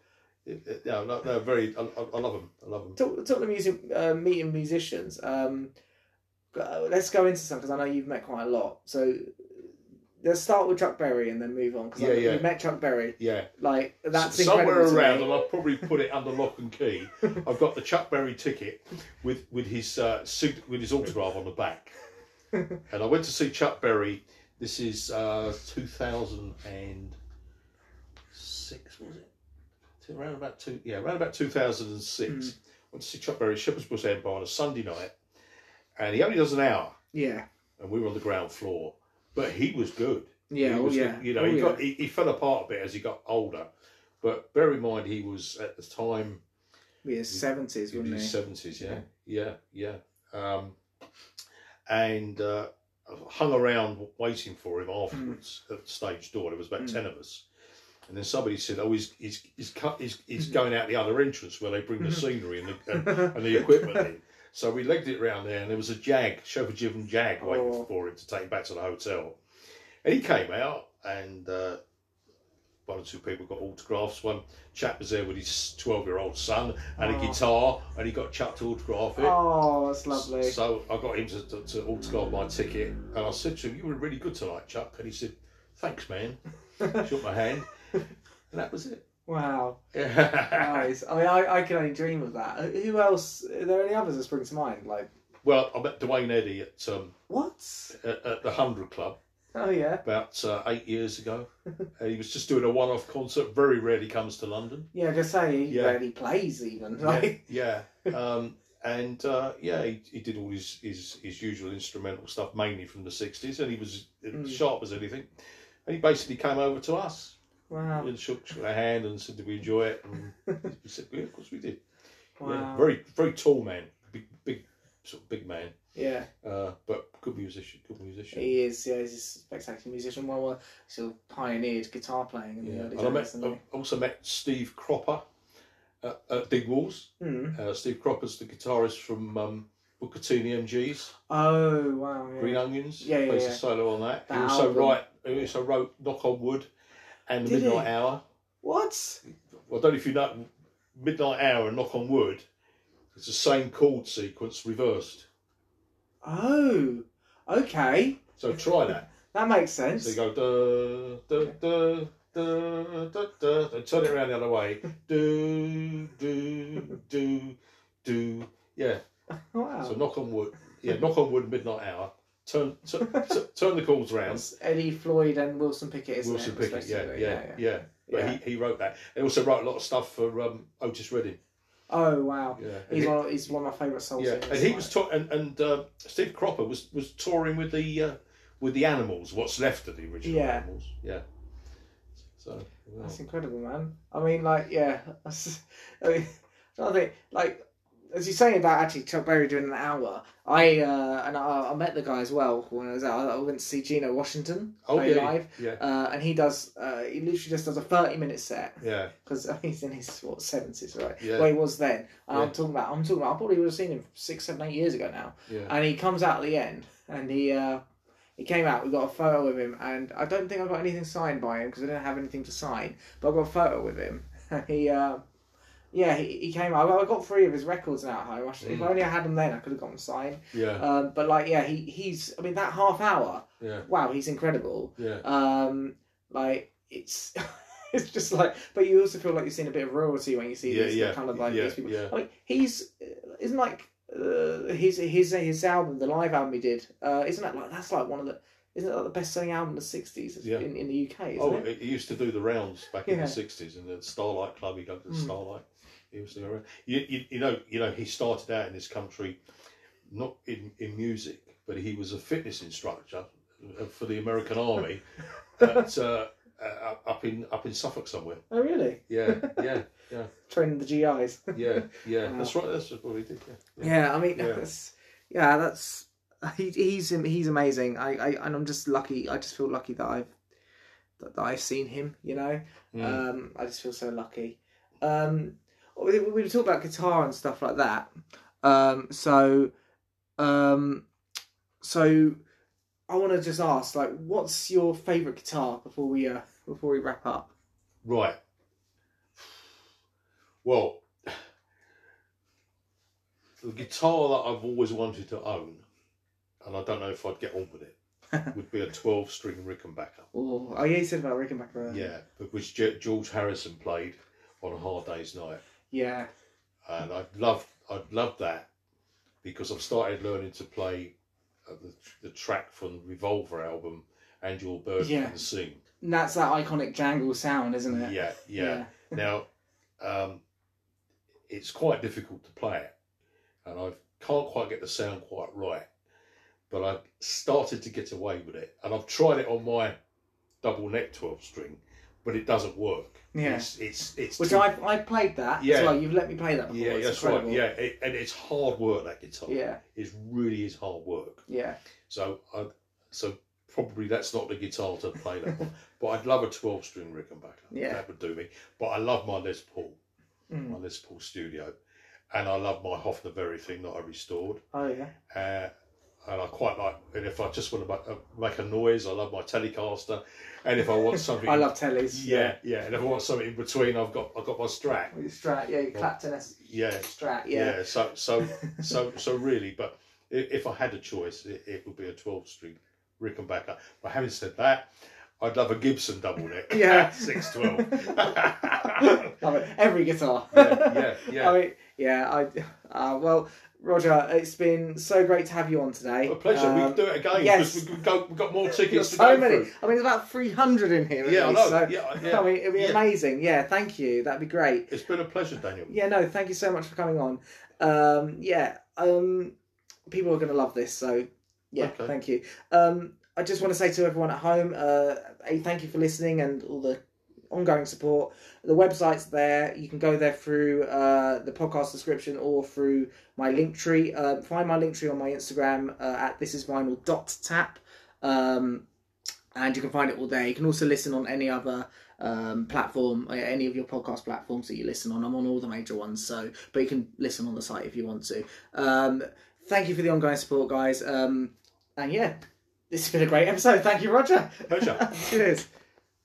Speaker 2: it, it, yeah, no, they're very. I, I, I love them. I love them.
Speaker 1: Talk, talk to music, uh, meeting musicians. Um, go- let's go into some because I know you've met quite a lot. So let's start with Chuck Berry and then move on because
Speaker 2: Yeah, yeah.
Speaker 1: we met Chuck Berry.
Speaker 2: Yeah,
Speaker 1: Like that's
Speaker 2: S- somewhere
Speaker 1: incredible to
Speaker 2: around,
Speaker 1: me.
Speaker 2: and I'll probably put it under lock and key. I've got the Chuck Berry ticket with with his uh, sig- with his autograph on the back. And I went to see Chuck Berry. This is uh, 2006, was it? It's Around about two, yeah, around about 2006.
Speaker 1: Hmm.
Speaker 2: Went to see Chuck Berry at Shepherd's Bush Empire on a Sunday night, and he only does an hour.
Speaker 1: Yeah.
Speaker 2: and we were on the ground floor. But he was good.
Speaker 1: Yeah.
Speaker 2: he
Speaker 1: Oh
Speaker 2: was
Speaker 1: yeah.
Speaker 2: good. You know,
Speaker 1: Oh,
Speaker 2: he
Speaker 1: yeah.
Speaker 2: got he, he fell apart a bit as he got older. But bear in mind, he was at the time
Speaker 1: Be his seventies,
Speaker 2: in
Speaker 1: wouldn't
Speaker 2: his
Speaker 1: he?
Speaker 2: seventies. Yeah, yeah, yeah. Um, and uh, hung around waiting for him afterwards at the stage door. There was about
Speaker 1: Mm.
Speaker 2: ten of us. And then somebody said, "Oh, he's he's he's, cut, he's, he's
Speaker 1: Mhm.
Speaker 2: going out the other entrance where they bring the
Speaker 1: Mm-hmm.
Speaker 2: scenery and the, and, and the
Speaker 1: the
Speaker 2: equipment in. So we legged it round there, and there was a jag, chauffeur driven jag, waiting
Speaker 1: Oh.
Speaker 2: for him to take him back to the hotel. And he came out, and uh, one or two people got autographs. One chap was there with his 12 year old son and
Speaker 1: Oh.
Speaker 2: a guitar, and he got Chuck to autograph it.
Speaker 1: oh, that's lovely.
Speaker 2: So I got him to, to, to autograph my ticket, and I said to him, You were really good tonight, Chuck. And he said, Thanks, man. Shook my hand, and that was it.
Speaker 1: Wow.
Speaker 2: Yeah.
Speaker 1: Nice. I mean, I, I can only dream of that. Uh, Who else? Are there any others that spring to mind? Like
Speaker 2: well, I met Dwayne Eddy at, um,
Speaker 1: what?
Speaker 2: at, at the 100 Club.
Speaker 1: Oh yeah,
Speaker 2: about uh, eight years ago. Uh, he was just doing a one-off concert. Very rarely comes to London.
Speaker 1: yeah. I could say he
Speaker 2: Yeah.
Speaker 1: barely plays even. Like
Speaker 2: Yeah, yeah. Um, and uh, yeah, he, he did all his, his his usual instrumental stuff, mainly from the '60s, and he was uh,
Speaker 1: Mm.
Speaker 2: sharp as anything. And he basically came over to us
Speaker 1: wow,
Speaker 2: and shook, shook our hand and said, "Did we enjoy it?" And we said, "Yeah, of course we did." Yeah,
Speaker 1: wow.
Speaker 2: very very tall man, big big sort of big man,
Speaker 1: Yeah,
Speaker 2: uh, but good musician, good musician.
Speaker 1: he is. Yeah, he's a spectacular musician. Well, well, sort of pioneered guitar playing in
Speaker 2: Yeah.
Speaker 1: the early
Speaker 2: And I met,
Speaker 1: days.
Speaker 2: I also met Steve Cropper at, at Digwalls.
Speaker 1: Mm.
Speaker 2: Uh, Steve Cropper's the guitarist from um, Booker T and the MGs,
Speaker 1: Oh wow. Yeah.
Speaker 2: Green Onions.
Speaker 1: Yeah, yeah,
Speaker 2: plays
Speaker 1: yeah.
Speaker 2: a solo on that.
Speaker 1: That
Speaker 2: he also
Speaker 1: album.
Speaker 2: write. He also wrote Knock on Wood, and The
Speaker 1: Did he?
Speaker 2: Midnight Hour.
Speaker 1: What?
Speaker 2: Well, I don't know if you know Midnight Hour and Knock on Wood. It's the same chord sequence reversed.
Speaker 1: Oh. Okay.
Speaker 2: So try that.
Speaker 1: That makes
Speaker 2: So you
Speaker 1: sense.
Speaker 2: go da da da da da da. And turn it around the other way. Do do do do. Yeah.
Speaker 1: Wow.
Speaker 2: So knock on wood. Yeah, knock on wood. Midnight hour. Turn t- t- turn the chords round.
Speaker 1: That's Eddie Floyd and Wilson Pickett, isn't
Speaker 2: Wilson
Speaker 1: it?
Speaker 2: Pickett. Yeah,
Speaker 1: respectively?
Speaker 2: yeah, yeah. But
Speaker 1: Yeah.
Speaker 2: he, he wrote that. He also wrote a lot of stuff for um, Otis Redding.
Speaker 1: Oh wow.
Speaker 2: Yeah. And
Speaker 1: He's
Speaker 2: he-
Speaker 1: one, he's one of my favourite soul
Speaker 2: Yeah,
Speaker 1: singers.
Speaker 2: and he
Speaker 1: like.
Speaker 2: was ta- and and uh, Steve Cropper was was touring with the uh, with the Animals. What's left of the original
Speaker 1: Yeah.
Speaker 2: Animals? Yeah. So well,
Speaker 1: That's incredible, man. I mean, like, yeah. that's- I mean, I think, like, as you say about actually Chuck Berry doing an hour, I uh, and I, I met the guy as well when I was out. I went to see Gino Washington
Speaker 2: oh
Speaker 1: play
Speaker 2: yeah,
Speaker 1: live,
Speaker 2: yeah,
Speaker 1: uh, and he does. Uh, he literally just does a thirty-minute set
Speaker 2: yeah,
Speaker 1: because he's in his what seventies, right?
Speaker 2: Yeah.
Speaker 1: Well, he was then. And I'm
Speaker 2: Yeah.
Speaker 1: talking about. I'm talking about. I probably would have seen him six, seven, eight years ago now
Speaker 2: yeah.
Speaker 1: and he comes out at the end and he uh, he came out we got a photo with him and i don't think i got anything signed by him because i didn't have anything to sign but i got a photo with him and he uh, yeah he, he came out i got three of his records now at home I should, if
Speaker 2: Mm.
Speaker 1: only i had them then i could have got them signed
Speaker 2: yeah,
Speaker 1: um, but like yeah he, he's i mean that half hour
Speaker 2: yeah,
Speaker 1: wow he's incredible
Speaker 2: yeah,
Speaker 1: um, like it's it's just like but you also feel like you're seeing a bit of royalty when you see
Speaker 2: yeah,
Speaker 1: these
Speaker 2: yeah,
Speaker 1: kind of like
Speaker 2: yeah,
Speaker 1: these people
Speaker 2: yeah.
Speaker 1: I mean, he's isn't like uh, his his his album, the live album he did. Uh, isn't that like that's like one of the isn't that like the best selling album in the sixties
Speaker 2: Yeah.
Speaker 1: in, in the UK? Isn't
Speaker 2: Oh,
Speaker 1: it?
Speaker 2: he he used to do the rounds back in
Speaker 1: Yeah.
Speaker 2: the sixties in the Starlight Club. He'd go to the
Speaker 1: Mm.
Speaker 2: Starlight. He was there. You, you, you know, you know, he started out in this country, not in, in music, but he was a fitness instructor uh, for the American Army, at, uh, uh, up in up in Suffolk somewhere.
Speaker 1: Oh really?
Speaker 2: Yeah, yeah,
Speaker 1: Training the GIs.
Speaker 2: yeah, yeah.
Speaker 1: Wow.
Speaker 2: That's right. That's what he did. Yeah.
Speaker 1: Yeah, I mean,
Speaker 2: Yeah.
Speaker 1: that's yeah, that's he, he's he's amazing. I, I and I'm just lucky. I just feel lucky that I've that, that I've seen him. You know,
Speaker 2: Mm.
Speaker 1: Um, I just feel so lucky. Um, we, we were talking about guitar and stuff like that. Um, so, um, so I want to just ask, like, what's your favorite guitar before we uh, before we wrap up?
Speaker 2: Right. Well, the guitar that I've always wanted to own, and I don't know if I'd get on with it, would be a 12 string Rickenbacker.
Speaker 1: Oh, oh yeah, you said about Rickenbacker. earlier.
Speaker 2: Yeah, but which Ge- George Harrison played on a hard day's night.
Speaker 1: yeah,
Speaker 2: And I'd love, I'd love that because I've started learning to play uh, the, the track from the Revolver album, And Your Bird
Speaker 1: Yeah.
Speaker 2: Can Sing.
Speaker 1: and that's that iconic jangle sound, isn't it?
Speaker 2: yeah. yeah. Now, um, it's quite difficult to play it, and I can't quite get the sound quite right. But I started to get away with it, and I've tried it on my double neck twelve string, but it doesn't work.
Speaker 1: Yeah.
Speaker 2: it's it's, it's
Speaker 1: Which
Speaker 2: too-
Speaker 1: I I played that
Speaker 2: Yeah.
Speaker 1: as well. You've let me play that before.
Speaker 2: yeah,
Speaker 1: it's
Speaker 2: that's
Speaker 1: incredible.
Speaker 2: right. Yeah, it, and it's hard work that guitar.
Speaker 1: yeah,
Speaker 2: it really is hard work.
Speaker 1: yeah.
Speaker 2: So I so probably that's not the guitar to play that one. but I'd love a twelve string Rickenbacker.
Speaker 1: Yeah.
Speaker 2: that would do me. But I love my Les Paul. my
Speaker 1: Mm.
Speaker 2: Les Paul studio, and I love my Hofner Berry thing that I restored.
Speaker 1: Oh yeah.
Speaker 2: Uh, and I quite like, and if I just want to make, uh, make a noise, I love my Telecaster. And if I want something,
Speaker 1: I love tellies.
Speaker 2: yeah, yeah. And if I want something in between, I've got I've got my Strat.
Speaker 1: With Strat, yeah, Clapton S
Speaker 2: Yeah,
Speaker 1: Strat, yeah.
Speaker 2: yeah. So so so so really, but i- if I had a choice, it, it would be a twelve string Rickenbacker. But having said that. I'd love a Gibson double neck.
Speaker 1: Yeah.
Speaker 2: six twelve.
Speaker 1: Love it. Every guitar.
Speaker 2: yeah, yeah.
Speaker 1: I mean, yeah, I, uh, well, Roger, it's been so great to have you on today.
Speaker 2: A pleasure. we
Speaker 1: Um,
Speaker 2: can do it again
Speaker 1: yes.
Speaker 2: because we, we go, we've got more tickets
Speaker 1: there's
Speaker 2: to
Speaker 1: so
Speaker 2: go
Speaker 1: many.
Speaker 2: through.
Speaker 1: I mean, there's about 300 in here. at
Speaker 2: Yeah, I
Speaker 1: least,
Speaker 2: know.
Speaker 1: so-
Speaker 2: Yeah, yeah.
Speaker 1: I mean, it'd be
Speaker 2: Yeah.
Speaker 1: amazing. Yeah, thank you. That'd be great.
Speaker 2: It's been a pleasure, Daniel.
Speaker 1: Yeah, no, thank you so much for coming on. Um, yeah, um, people are going to love this. So, yeah,
Speaker 2: Okay.
Speaker 1: thank you. Um, I just want to say to everyone at home, uh, a thank you for listening and all the ongoing support. The website's there. You can go there through uh, the podcast description or through my link tree. Uh, find my link tree on my Instagram uh, at thisisvinyl.tap. Um, and you can find it all there. You can also listen on any other um, platform, uh, any of your podcast platforms that you listen on. I'm on all the major ones, so but you can listen on the site if you want to. Um, Thank you for the ongoing support, guys. Um, and yeah, this has been a great episode. Thank you, Roger.
Speaker 3: Pleasure.
Speaker 1: Cheers.